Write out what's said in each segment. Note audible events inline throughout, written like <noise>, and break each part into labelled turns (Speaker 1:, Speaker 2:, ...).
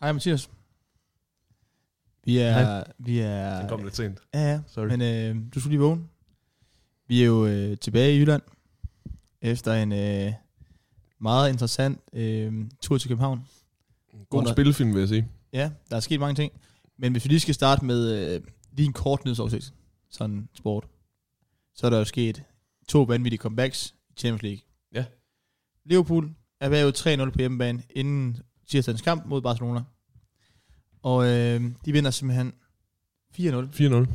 Speaker 1: Hej Mathias. Vi er...
Speaker 2: Hej.
Speaker 1: Vi er
Speaker 2: Den kom lidt sent.
Speaker 1: Ja, ja.
Speaker 2: Sorry.
Speaker 1: Men øh, du skulle lige vågne. Vi er jo øh, tilbage i Jylland. Efter en øh, meget interessant øh, tur til København.
Speaker 2: God
Speaker 1: Under-
Speaker 2: spillefilm, vil jeg sige.
Speaker 1: Ja, der er sket mange ting. Men hvis vi lige skal starte med øh, lige en kort nyhedsoversigt, sådan sport, så er der jo sket to vanvittige comebacks i Champions League.
Speaker 2: Ja.
Speaker 1: Liverpool er bagud 3-0 på hjemmebane inden tirsdagens kamp mod Barcelona. Og øh, de vinder simpelthen 4-0.
Speaker 2: 4-0.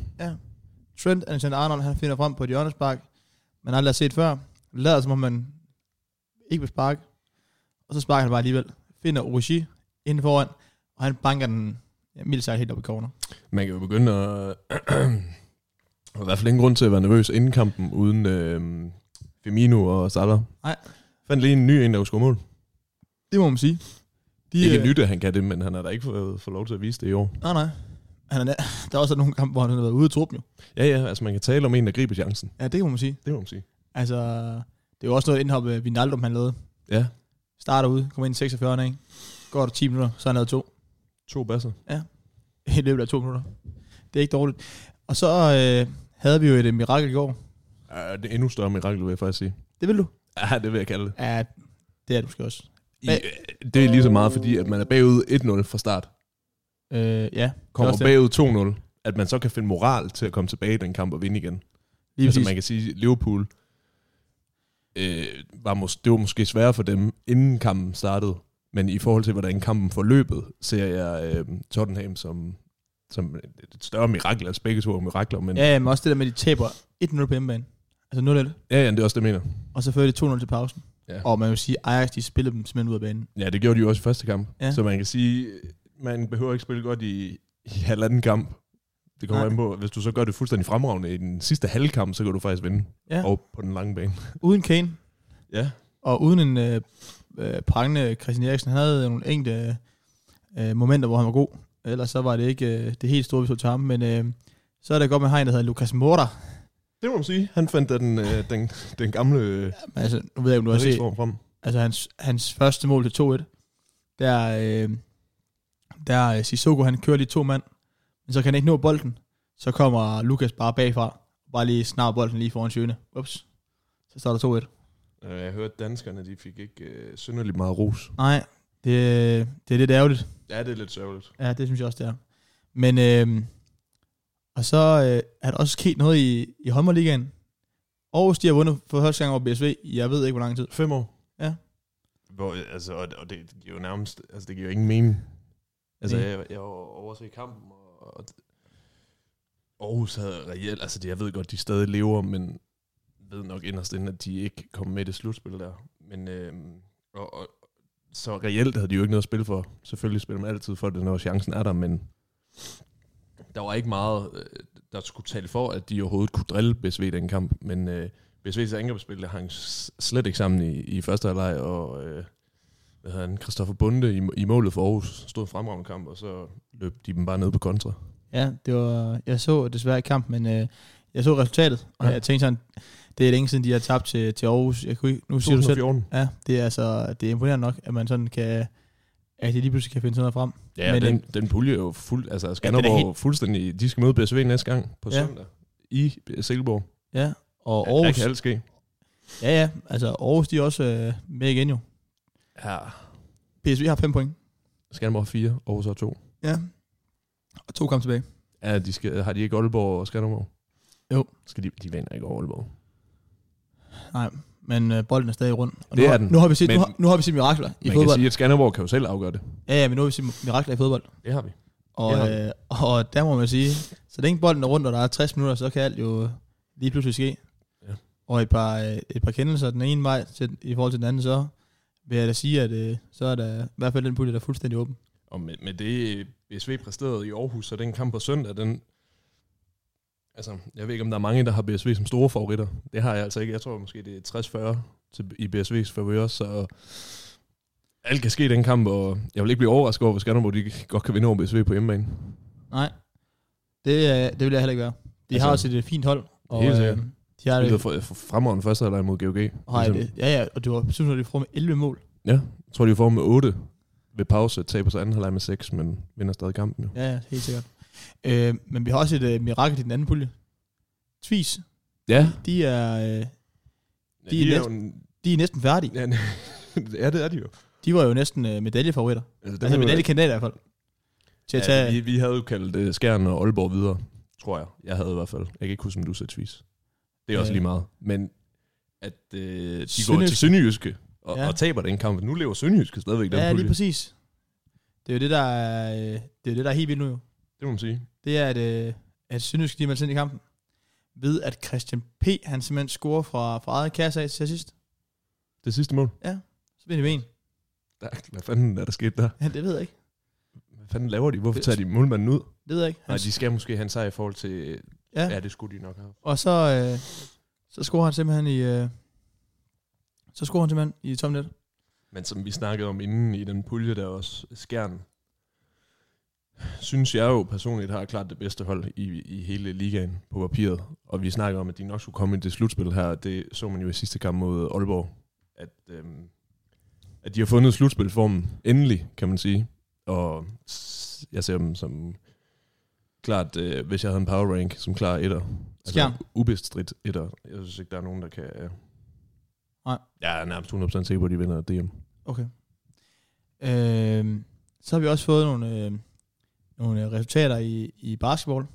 Speaker 1: Trent Alexander-Arnold, han finder frem på et hjørnespark, man aldrig har set før. Lader som om man ikke vil sparke. Og så sparker han bare alligevel. Finder Orochi inden foran, og han banker den ja, mildt sagt helt op i corner.
Speaker 2: Man kan jo begynde at... <clears throat> Der er i hvert fald ingen grund til at være nervøs inden kampen, uden øh, Firmino og Salah.
Speaker 1: Nej.
Speaker 2: Fandt lige en ny en, der kunne score mål.
Speaker 1: Det må man sige. De,
Speaker 2: Yeah. Ikke
Speaker 1: øh,
Speaker 2: nyt, at han kan det, men han har da ikke fået, fået lov til at vise det i år.
Speaker 1: Nej, nej. Han er, <laughs> der- der er også nogle kampe, hvor han har været ude af truppen jo.
Speaker 2: Ja, ja, altså man kan tale om en, der griber chancen.
Speaker 1: Ja, det må man sige.
Speaker 2: Det må man sige.
Speaker 1: Altså, det er jo også noget indhop, øh, Wijnaldum han lavede.
Speaker 2: Ja,
Speaker 1: Starter ude, kommer ind i 46, ikke? Går der 10 minutter, så er han lavet to. <laughs>
Speaker 2: to basser.
Speaker 1: i løbet af to minutter. Det er ikke dårligt. Og så øh, havde vi jo et øh, mirakel i går.
Speaker 2: Ja, det er endnu større mirakel, vil jeg faktisk sige.
Speaker 1: Det vil du?
Speaker 2: Ja, det vil jeg kalde det.
Speaker 1: Ja, det er du måske også.
Speaker 2: I, øh, det er lige så meget, fordi at man er bagud 1-0 fra start.
Speaker 1: Øh, ja,
Speaker 2: Kommer
Speaker 1: også det.
Speaker 2: bagud 2-0. At man så kan finde moral til at komme tilbage i den kamp og vinde igen.
Speaker 1: lige
Speaker 2: altså
Speaker 1: præcis.
Speaker 2: man kan sige, Liverpool, øh, var mås- det var måske sværere for dem, inden kampen startede. Men i forhold til, hvordan kampen forløbet, ser jeg øh, Tottenham som, som et et større mirakel. Altså begge to er mirakler, men ja,
Speaker 1: Ja, ja, men også det der med, at de taber 1-0 på hjemmebane. Altså 0-1.
Speaker 2: ja det er også det, jeg mener.
Speaker 1: Og så fører de 2-0 til pausen.
Speaker 2: Ja.
Speaker 1: Og man vil sige, Ajax, de spillede dem simpelthen ud af banen.
Speaker 2: Ja, det gjorde de jo også i første kamp.
Speaker 1: Ja.
Speaker 2: Ja. Så man kan sige, man behøver ikke spille godt i, i halvanden kamp. Det kommer
Speaker 1: Nej.
Speaker 2: an på, hvis du så gør det fuldstændig fremragende i den sidste halvkamp, så kan du faktisk vinde.
Speaker 1: Ja.
Speaker 2: Og på den lange bane.
Speaker 1: Uden Kane,
Speaker 2: Ja.
Speaker 1: og uden en øh, øh, prangende Christian Eriksen. Han havde nogle enkelte øh, momenter, hvor han var god. Ellers så var det ikke øh, det helt store, vi så til ham. Men øh, så er det godt med hegn, der hedder Lukas Morta.
Speaker 2: Det må man sige. Han fandt da den, øh, den, den gamle øh,
Speaker 1: Men altså, nu ved jeg ikke, om du har set
Speaker 2: raceform frem.
Speaker 1: altså hans, hans første mål til 2-1, der, øh, der øh, Sissoko, han kører lige to mand, men så kan han ikke nå bolden. Så kommer Lukas bare bagfra, bare lige snart bolden lige foran Sjøne. Ups. Så står der 2-1.
Speaker 2: Øh, Jeg hørte, at danskerne de fik ikke øh, synderligt meget ros.
Speaker 1: Nej, det, det er lidt ærgerligt.
Speaker 2: Ja, det er lidt sørgeligt.
Speaker 1: Ja, det synes jeg også, det er. Men, øh, og så øh, er der også sket noget i, i håndboldligaen. Aarhus, de har vundet for første gang over BSV. i Jeg ved ikke, hvor lang tid.
Speaker 2: Fem år?
Speaker 1: Ja.
Speaker 2: Hvor, altså, og, og det giver jo nærmest, altså det giver jo ingen mening. Altså,
Speaker 1: Nej.
Speaker 2: jeg, jeg overset kampen, og, og Aarhus havde reelt, altså det, jeg ved godt, de stadig lever, men ved nok inderst inden, at de ikke kom med i det slutspil der. Men, øh, og, og, så reelt havde de jo ikke noget at spille for. Selvfølgelig spiller man altid for det, når chancen er der, men der var ikke meget, øh, der skulle tale for, at de overhovedet kunne drille BSV i den kamp, men øh, BSV's angrebsspil der hang s- slet ikke sammen i, i første halvleg, og øh, hvad hedder han, Christoffer Bunde i, i målet for Aarhus stod en fremragende kamp, og så løb de dem bare ned på kontra.
Speaker 1: Ja, det var, jeg så desværre ikke kampen, men øh, jeg så resultatet, og ja.
Speaker 2: Ja.
Speaker 1: jeg tænkte sådan, det er længe siden, de har tabt til, til Aarhus. Jeg kunne ikke, nu siger du selv,
Speaker 2: 2014.
Speaker 1: ja, det er, altså, det er imponerende nok, at man sådan kan, at de lige pludselig kan finde sådan noget frem.
Speaker 2: Ja,
Speaker 1: Men øh,
Speaker 2: men den, den pulje er jo fuld, altså
Speaker 1: Ja,
Speaker 2: Skanderborg
Speaker 1: den
Speaker 2: ja,
Speaker 1: er
Speaker 2: helt... fuldstændig, de skal møde BSV næste gang på
Speaker 1: Ja.
Speaker 2: ja. søndag i Silkeborg.
Speaker 1: Ja, og
Speaker 2: Og Aarhus. Der
Speaker 1: Aarhus,
Speaker 2: kan alt ske.
Speaker 1: ja, ja, altså Aarhus, de er også øh, med igen jo.
Speaker 2: Ja.
Speaker 1: PSV har 5 point.
Speaker 2: Skanderborg har 4, Aarhus har 2.
Speaker 1: Ja. Og to kampe tilbage.
Speaker 2: Ja, de skal, har de ikke Aalborg og Skanderborg?
Speaker 1: Jo.
Speaker 2: Skal de, de vinder ikke over Aalborg.
Speaker 1: Nej, men øh, bolden er stadig rundt. Og
Speaker 2: Det
Speaker 1: nu, har-
Speaker 2: er den.
Speaker 1: Nu har vi set,
Speaker 2: Men-
Speaker 1: nu har, nu har vi set mirakler i
Speaker 2: Man kan
Speaker 1: fodbold.
Speaker 2: sige, at Skanderborg kan jo selv afgøre det.
Speaker 1: Ja, ja, men nu har vi set mirakler i fodbold.
Speaker 2: Det har vi.
Speaker 1: Og,
Speaker 2: Det har
Speaker 1: ja. øh, og der må man sige, så længe bolden er rundt, og der er 60 minutter, så kan alt jo lige pludselig ske. Ja.
Speaker 2: Ja.
Speaker 1: Og et par, øh, et par kendelser den ene vej til, i forhold til den anden, så vil jeg da sige, at øh, så er der i hvert fald den pulje, der er fuldstændig åben.
Speaker 2: Og med, med det BSV præsterede i Aarhus, så den kamp på søndag, den... Altså, jeg ved ikke, om der er mange, der har BSV som store favoritter. Det har jeg altså ikke. Jeg tror måske, det er 60-40 til, i BSV's favør, så alt kan ske i den kamp, og jeg vil ikke blive overrasket over, hvis Skanderborg de godt kan vinde over BSV på hjemmebane.
Speaker 1: Nej, det, øh, det vil jeg heller ikke være. De altså,
Speaker 2: Altså,
Speaker 1: har også et øh, fint hold, og
Speaker 2: helt
Speaker 1: øh,
Speaker 2: sikkert.
Speaker 1: de har
Speaker 2: Det er
Speaker 1: det,
Speaker 2: for, ligesom- for fremragende første halvleg mod GOG.
Speaker 1: øh, og har det. Ja, ja, og du har synes, at de får med 11 mål.
Speaker 2: Ja, jeg tror, de får med 8 ved pause taber sig anden halvleg med 6, men vinder stadig kampen jo.
Speaker 1: Ja, ja, helt sikkert. Øh, men vi har også et øh, mirakel i den anden pulje. Tvis,
Speaker 2: Ja,
Speaker 1: de er, øh,
Speaker 2: ja
Speaker 1: de er
Speaker 2: jo en, <laughs>
Speaker 1: de er næsten færdige.
Speaker 2: ja, ja, det er de jo.
Speaker 1: De var jo næsten øh, medaljefavoritter.
Speaker 2: Altså, dem
Speaker 1: Altså
Speaker 2: er jo-
Speaker 1: medaljekandidater i hvert fald. Til at tage...
Speaker 2: ja, vi, vi havde jo kaldt uh, Skjern og Aalborg videre, tror jeg. Jeg havde i hvert fald. Jeg kan ikke huske, om du sagde Tvis. Det er også
Speaker 1: Ja.
Speaker 2: lige meget. Men at øh, de går
Speaker 1: Sønderjyske.
Speaker 2: til Sønderjyske og,
Speaker 1: Ja.
Speaker 2: ja. og taber den kamp. Nu lever Sønderjyske stadigvæk den
Speaker 1: Ja, lige
Speaker 2: pulje.
Speaker 1: præcis. Det er jo det, der er, øh, det er, jo det, der er helt vildt nu jo.
Speaker 2: Det må man sige.
Speaker 1: Det er, at, øh, at Sønderjysk lige er meldt sig ind i kampen. Ved at Christian P. han simpelthen scorer fra, fra eget kasse af til sidst.
Speaker 2: Det sidste mål.
Speaker 1: Så bliver det ben.
Speaker 2: Der, hvad fanden er der sket der?
Speaker 1: Ja, det ved jeg ikke.
Speaker 2: Hvad fanden laver de? Hvorfor
Speaker 1: Det-
Speaker 2: tager de målmanden ud?
Speaker 1: Det ved jeg ikke. Han,
Speaker 2: Nej, de skal måske have en sejr i forhold til...
Speaker 1: Ja.
Speaker 2: Ja, ja det skulle de nok have.
Speaker 1: Og så, øh, så scorer han simpelthen i... Øh, så scorer han simpelthen i tom net.
Speaker 2: Men som vi snakkede om inden i den pulje, der er også Skjern, synes jeg jo personligt har klart det bedste hold i, i hele ligaen på papiret. Og vi snakker om, at de nok skulle komme i det slutspil her. Det så man jo i sidste kamp mod Aalborg. At, øhm, at de har fundet slutspilformen endelig, kan man sige. Og s- jeg ser dem som klart, øh, hvis jeg havde en power rank, som klar etter. Altså
Speaker 1: Skjern.
Speaker 2: ubestridt etter. Jeg synes ikke, der er nogen, der kan... Øh,
Speaker 1: Nej.
Speaker 2: Jeg er nærmest 100% sikker på, at de vinder DM.
Speaker 1: Okay. Øh, så har vi også fået nogle, øh, nogle øh, resultater i, i basketball.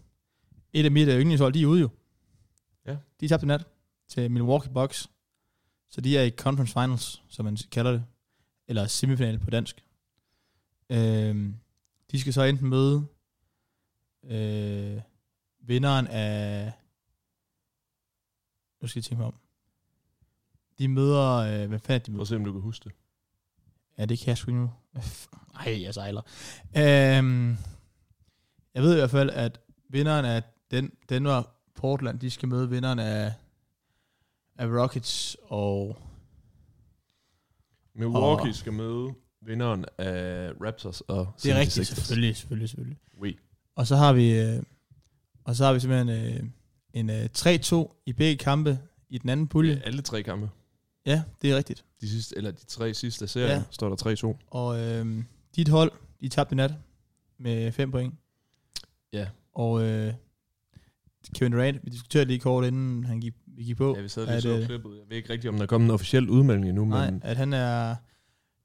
Speaker 1: Et af mit øh, yndlingshold, de er ude jo.
Speaker 2: Ja.
Speaker 1: De tabte i nat til Milwaukee Bucks. Så de er i conference finals, som man kalder det. Eller semifinal på dansk. Øh, de skal så enten møde øh, vinderen af... Nu skal jeg tænke mig om. De møder... Øh, hvad fanden er det, de møder?
Speaker 2: Prøv at se, om du kan huske det.
Speaker 1: Ja, det kan jeg sgu ikke nu. Ej, jeg sejler. Øhm, jeg ved i hvert fald, at vinderen af den, den var Portland, de skal møde vinderen af, af Rockets og...
Speaker 2: Milwaukee
Speaker 1: Og-
Speaker 2: og... skal møde vinderen af Raptors og
Speaker 1: Det er
Speaker 2: 76ers.
Speaker 1: rigtigt, selvfølgelig, selvfølgelig, selvfølgelig.
Speaker 2: Wait.
Speaker 1: Og så har vi, øh, og så har vi simpelthen øh, en øh, 3-2 i begge kampe i den anden
Speaker 2: Det
Speaker 1: pulje.
Speaker 2: er alle tre kampe.
Speaker 1: Ja, det er rigtigt.
Speaker 2: De, sidste, eller de tre sidste af serien
Speaker 1: Ja.
Speaker 2: ja. står der 3-2.
Speaker 1: Og øh, dit hold, de tabte i nat med 5 point.
Speaker 2: Ja.
Speaker 1: Og øh, Kevin Durant, vi diskuterede lige kort, inden han gik, vi gik på,
Speaker 2: Ja, vi sad
Speaker 1: Er
Speaker 2: lige så
Speaker 1: det-
Speaker 2: klippet. Jeg ved ikke rigtigt, om der er kommet en officiel udmelding endnu,
Speaker 1: nej,
Speaker 2: men...
Speaker 1: at han er...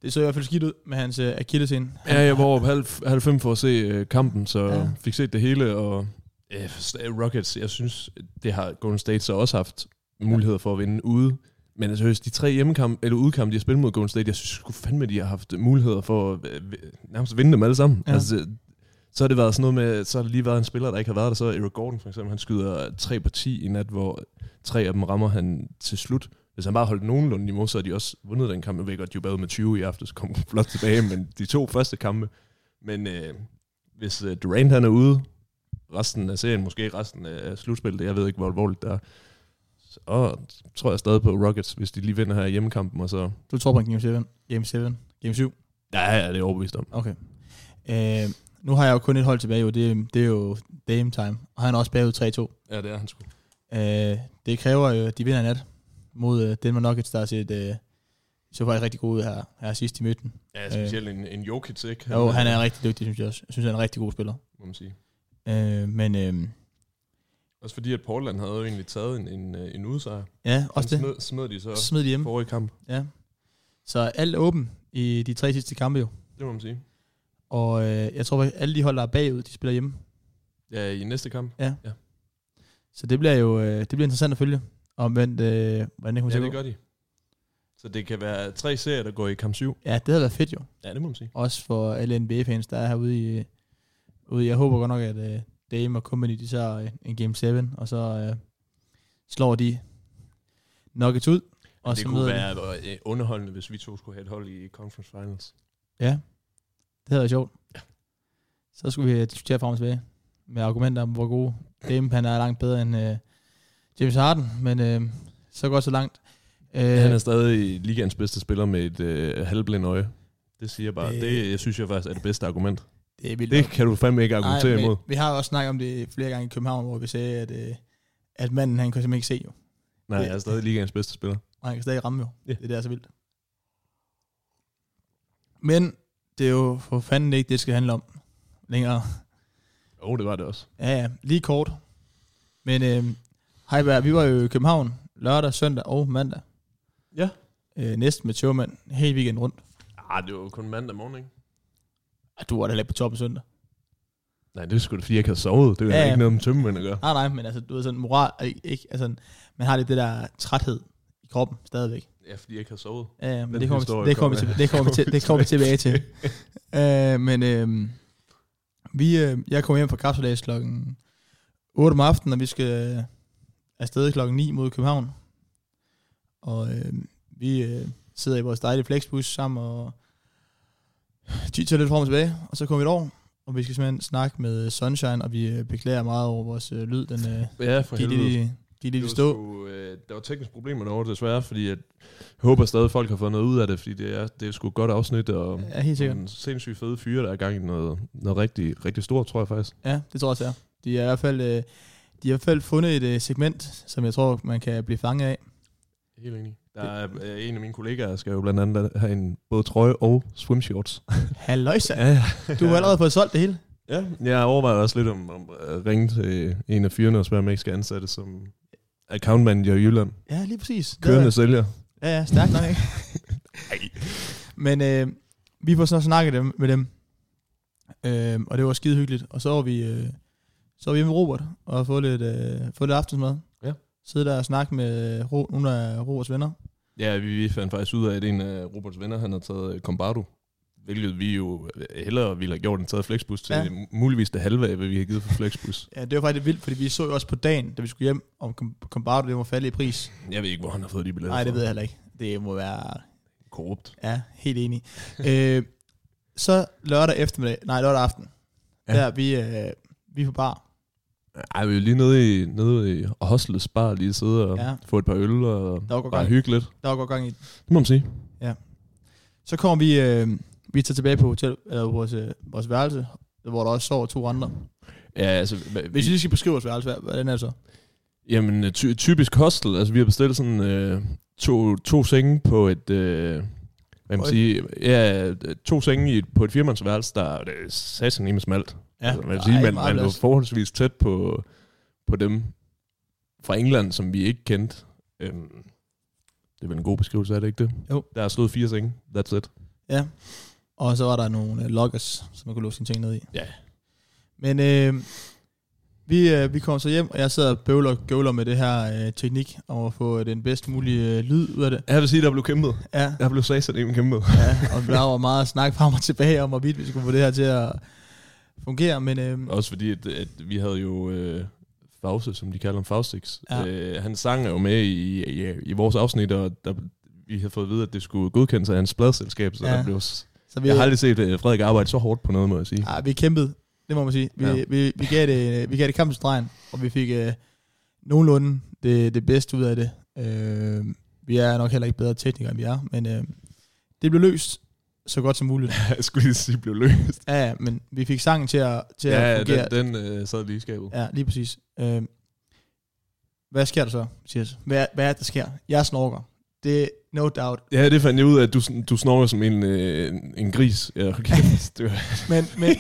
Speaker 1: Det så i hvert fald skidt ud med hans øh, akillescene.
Speaker 2: Ja, jeg var over halv, halv fem for at se øh, kampen, så
Speaker 1: Ja.
Speaker 2: ja. fik set det hele, og øh, Rockets, jeg synes, det har Golden State så også haft muligheder for at vinde ude. Men altså, seriøst, de tre hjemmekamp, eller udekampe, de har spillet mod Golden State, jeg synes sgu fandme, de har haft muligheder for at øh, vi- nærmest vinde dem alle sammen.
Speaker 1: Ja.
Speaker 2: Ja. Altså, det- så har det været sådan noget med, så har der lige været en spiller, der ikke har været der, så Eric Gordon for eksempel, han skyder 3 på 10 i nat, hvor tre af dem rammer han til slut. Hvis han bare holdt nogenlunde niveau, så havde de også vundet den kamp. Jeg ved godt, de var bagud med 20 i aften, så kom de <laughs> flot tilbage, men de to første kampe. Men øh, hvis øh, Durant han er ude, resten af serien, måske resten af slutspillet, jeg ved ikke, hvor alvorligt det er, så tror jeg stadig på Rockets, hvis de lige vinder her i hjemmekampen, og så...
Speaker 1: Du tror på en Game 7. Game 7. Game 7.
Speaker 2: Ja, ja, det er jeg overbevist om.
Speaker 1: Okay. Øh, nu har jeg jo kun et hold tilbage, jo. Det, er- det er jo Dame Time. Og han er også bagud 3-2.
Speaker 2: Ja, det er han sgu.
Speaker 1: Øh, det kræver jo, at de vinder i nat mod øh, Denver Nuggets, der har set, øh, så faktisk rigtig god ud her, her sidst i midten.
Speaker 2: Ja, specielt en, en Jokic, ikke? øh,
Speaker 1: Jo, han er rigtig dygtig, synes jeg også. Jeg synes, han er en rigtig god spiller.
Speaker 2: Må man sige.
Speaker 1: Øh, men øh,
Speaker 2: Også fordi, at Portland havde jo egentlig taget en, en, øh, en udsejr.
Speaker 1: ja, også
Speaker 2: Den
Speaker 1: det.
Speaker 2: Smed, smed de så
Speaker 1: Smid de hjemme.
Speaker 2: forrige kamp.
Speaker 1: Ja. Så alt er åbent i de tre sidste kampe jo.
Speaker 2: Det må man sige.
Speaker 1: Og øh, jeg tror, at alle de hold, der er bagud, de spiller hjemme.
Speaker 2: Ja, i næste kamp.
Speaker 1: Så det bliver jo øh, det bliver interessant at følge. Og men, øh, hvordan det kommer
Speaker 2: Ja,
Speaker 1: til at
Speaker 2: det
Speaker 1: gå.
Speaker 2: gør de. Så det kan være tre serier, der går i kamp 7.
Speaker 1: Ja, det havde været fedt jo.
Speaker 2: Ja, det må man sige.
Speaker 1: Også for alle NBA-fans, der er herude i... Ude. Jeg håber godt nok, at øh, Dame og Company, de tager øh, en Game 7, og så øh, slår de Nuggets ud. Og
Speaker 2: det
Speaker 1: så
Speaker 2: kunne
Speaker 1: møder de-
Speaker 2: være øh, underholdende, hvis vi to skulle have et hold i Conference Finals.
Speaker 1: Ja, det havde været sjovt. Så skulle vi øh, diskutere frem og tilbage med argumenter om, hvor god Dame han er langt bedre end øh, James Harden, men øh, så godt så langt. Øh,
Speaker 2: Ja. Han er stadig ligands bedste spiller med et øh, halvblind øje. Det siger jeg bare.
Speaker 1: Øh.
Speaker 2: Øh. Det jeg synes jeg faktisk er det bedste argument.
Speaker 1: det er vildt.
Speaker 2: Det kan du fandme ikke
Speaker 1: Nej,
Speaker 2: argumentere
Speaker 1: men
Speaker 2: imod.
Speaker 1: Vi har jo også snakket om det flere gange i København, hvor vi sagde, at, øh, at manden han kunne simpelthen ikke se jo.
Speaker 2: Nej, jeg er stadig ligands bedste spiller.
Speaker 1: Og han kan stadig ramme jo.
Speaker 2: Ja.
Speaker 1: Det er der så vildt. Men det er jo for fanden ikke det, det skal handle om længere.
Speaker 2: Åh, oh, det var det også.
Speaker 1: Ja, ja, lige kort. Men øh, Heiberg, vi var jo i København lørdag, søndag og mandag.
Speaker 2: Ja.
Speaker 1: Øh, næsten med showmand hele weekenden rundt.
Speaker 2: Ah, det var jo kun mandag morgen, ikke?
Speaker 1: Ej, Du var da heller ikke på toppen søndag.
Speaker 2: Nej, det er sgu da, fordi jeg ikke havde sovet. Det var
Speaker 1: Ja,
Speaker 2: ja,
Speaker 1: ja.
Speaker 2: ikke noget med tømmermænd at gøre.
Speaker 1: Nej, nej, men altså, du ved sådan moral, er ikke, ikke, altså, man har lidt det der træthed i kroppen stadigvæk.
Speaker 2: Ja, fordi jeg ikke havde sovet.
Speaker 1: Ja, ja, men
Speaker 2: Den
Speaker 1: det kommer, vi til-
Speaker 2: historie
Speaker 1: det, kommer vi til,
Speaker 2: kommer-
Speaker 1: det kommer vi til, det kommer vi tilbage til. Øh, men øh, vi, øh, jeg kommer hjem fra kapselads klokken 8 om aftenen, og vi skal øh, afsted klokken 9 mod København. Og øh, vi øh, sidder i vores dejlige flexbus sammen og tyter lidt frem og tilbage, og så kommer vi et år, og vi skal simpelthen snakke med øh, Sunshine, og vi øh, beklager meget over vores øh, lyd, den øh,
Speaker 2: Ja, for
Speaker 1: gik
Speaker 2: helvede.
Speaker 1: lidt i- gik
Speaker 2: Det
Speaker 1: lidt i
Speaker 2: var
Speaker 1: stå.
Speaker 2: sgu, øh, der var tekniske problemer derovre, desværre, fordi at, jeg håber stadig, at folk har fået noget ud af det, fordi det er, det er sgu et godt afsnit, og
Speaker 1: Ja, helt sikkert.
Speaker 2: nogle sindssygt fede fyre, der er i gang i noget, noget rigtig, rigtig stort, tror jeg faktisk.
Speaker 1: Ja, det tror jeg også det er. De har i hvert fald, øh, de har i hvert fald fundet et øh, segment, som jeg tror, man kan blive fanget af. <laughs>
Speaker 2: Helt enig. Der er øh, en af mine kollegaer, skal jo blandt andet have en både trøje og swimshorts.
Speaker 1: Halløjsa!
Speaker 2: ja.
Speaker 1: Du har allerede fået solgt det hele.
Speaker 2: Ja, jeg overvejer også lidt om, om at ringe til en af fyrene og spørge, om jeg ikke skal ansætte som accountmanager i Jylland.
Speaker 1: Ja, lige præcis. Det
Speaker 2: Kørende
Speaker 1: er-
Speaker 2: sælger.
Speaker 1: Ja, ja, stærkt nok,
Speaker 2: <laughs>
Speaker 1: ikke? Men øh, vi får så snakket dem, med dem, øh, og det var skide hyggeligt. Og så var vi, øh, så var vi hjemme med Robert og få lidt, øh, få lidt aftensmad.
Speaker 2: Ja.
Speaker 1: Sidde der og snakke med øh, Ro, nogle af Roberts venner.
Speaker 2: Ja, vi vi fandt faktisk ud af, at en af Roberts venner, han har taget øh, Combardo. Hvilket vi jo øh, hellere ville have gjort, end taget Flexbus til.
Speaker 1: Ja.
Speaker 2: Ja. Muligvis det halve af, hvad vi har givet for Flexbus.
Speaker 1: Ja, det var faktisk lidt vildt, fordi vi så jo også på dagen, da vi skulle hjem, om Kom- Combardo det var faldet i pris.
Speaker 2: Jeg ved ikke, hvor han har fået de billetter
Speaker 1: Nej, det
Speaker 2: fra.
Speaker 1: ved jeg heller ikke. Det må være
Speaker 2: Korrupt.
Speaker 1: Ja, helt enig. øh, så lørdag eftermiddag, nej lørdag aften, ja.
Speaker 2: Ja.
Speaker 1: der er vi, øh, vi er på bar.
Speaker 2: Ej, vi er jo lige nede i, nede i Hostlets bar lige sidde og
Speaker 1: Ja.
Speaker 2: ja. få et par øl og
Speaker 1: Der var godt
Speaker 2: bare
Speaker 1: gang,
Speaker 2: hygge lidt.
Speaker 1: der var godt gang i. den.
Speaker 2: Det må man sige.
Speaker 1: Så kommer vi, øh, vi tager tilbage på hotel, eller vores, øh, vores værelse, hvor der også sover to andre.
Speaker 2: Ja, altså, hva-
Speaker 1: Hvis vi lige skal beskrive vores værelse, hvad- hvordan er det så?
Speaker 2: Jamen, øh, ty- typisk hostel. Altså, vi har bestilt sådan øh, to, to senge på et... Øh, hvad kan man
Speaker 1: Øj.
Speaker 2: sige? Ja, to senge i, et- på et firmandsværelse, der det er satan i smalt. altså, man, kan sige,
Speaker 1: Ej,
Speaker 2: man,
Speaker 1: meget
Speaker 2: man var
Speaker 1: plads.
Speaker 2: forholdsvis tæt på, på dem fra England, som vi ikke kendte. Øhm, det er vel en god beskrivelse, er det ikke det?
Speaker 1: Jo.
Speaker 2: Der er slået fire senge. That's it.
Speaker 1: Ja. Og så var der nogle øh, lockers, som man kunne låse sine ting ned i.
Speaker 2: Ja.
Speaker 1: Men øh, vi, øh, vi kom så hjem, og jeg sad og bøvler og gøvler med det her øh, teknik, om at få den bedst mulige øh, lyd ud af det.
Speaker 2: Jeg vil sige, der blev kæmpet.
Speaker 1: Ja.
Speaker 2: Der blev satan i kæmpet.
Speaker 1: Ja, og der var meget snak frem og tilbage om, hvorvidt vi skulle få det her til at fungere, men øh,
Speaker 2: Også fordi, at, at vi havde jo øh, Fause, som de kalder ham, Faustix.
Speaker 1: Ja.
Speaker 2: Ja. Øh, han sang jo med i, i, i vores afsnit, og der, vi havde fået at vide, at det skulle godkendes af hans pladselskab, så
Speaker 1: Ja.
Speaker 2: ja. der blev... s-
Speaker 1: så vi,
Speaker 2: Jeg har aldrig set øh, Frederik arbejde så hårdt på noget, må jeg sige. <laughs>
Speaker 1: ja, vi kæmpede, det må man sige. Vi, ja.
Speaker 2: Ja.
Speaker 1: vi, vi, gav, det, vi gav det kamp til stregen, og vi fik øh, nogenlunde det, det bedste ud af det. Øh, vi er nok heller ikke bedre teknikere, end vi er, men øh, det blev løst så godt som muligt.
Speaker 2: Jeg skulle lige sige, blev løst.
Speaker 1: Ja, ja, men vi fik sangen til at, til
Speaker 2: Ja,
Speaker 1: at
Speaker 2: ja
Speaker 1: fungere.
Speaker 2: den, den øh, sad lige i skabet.
Speaker 1: Ja, lige præcis. Øh, hvad sker der så, Mathias? Hvad, hvad er det, der sker? Jeg snorker. Det er no doubt.
Speaker 2: Ja, det fandt jeg ud af, at du, sn- du snorker som en, øh, en- en gris. Ja, okay. Det var-
Speaker 1: Men, men,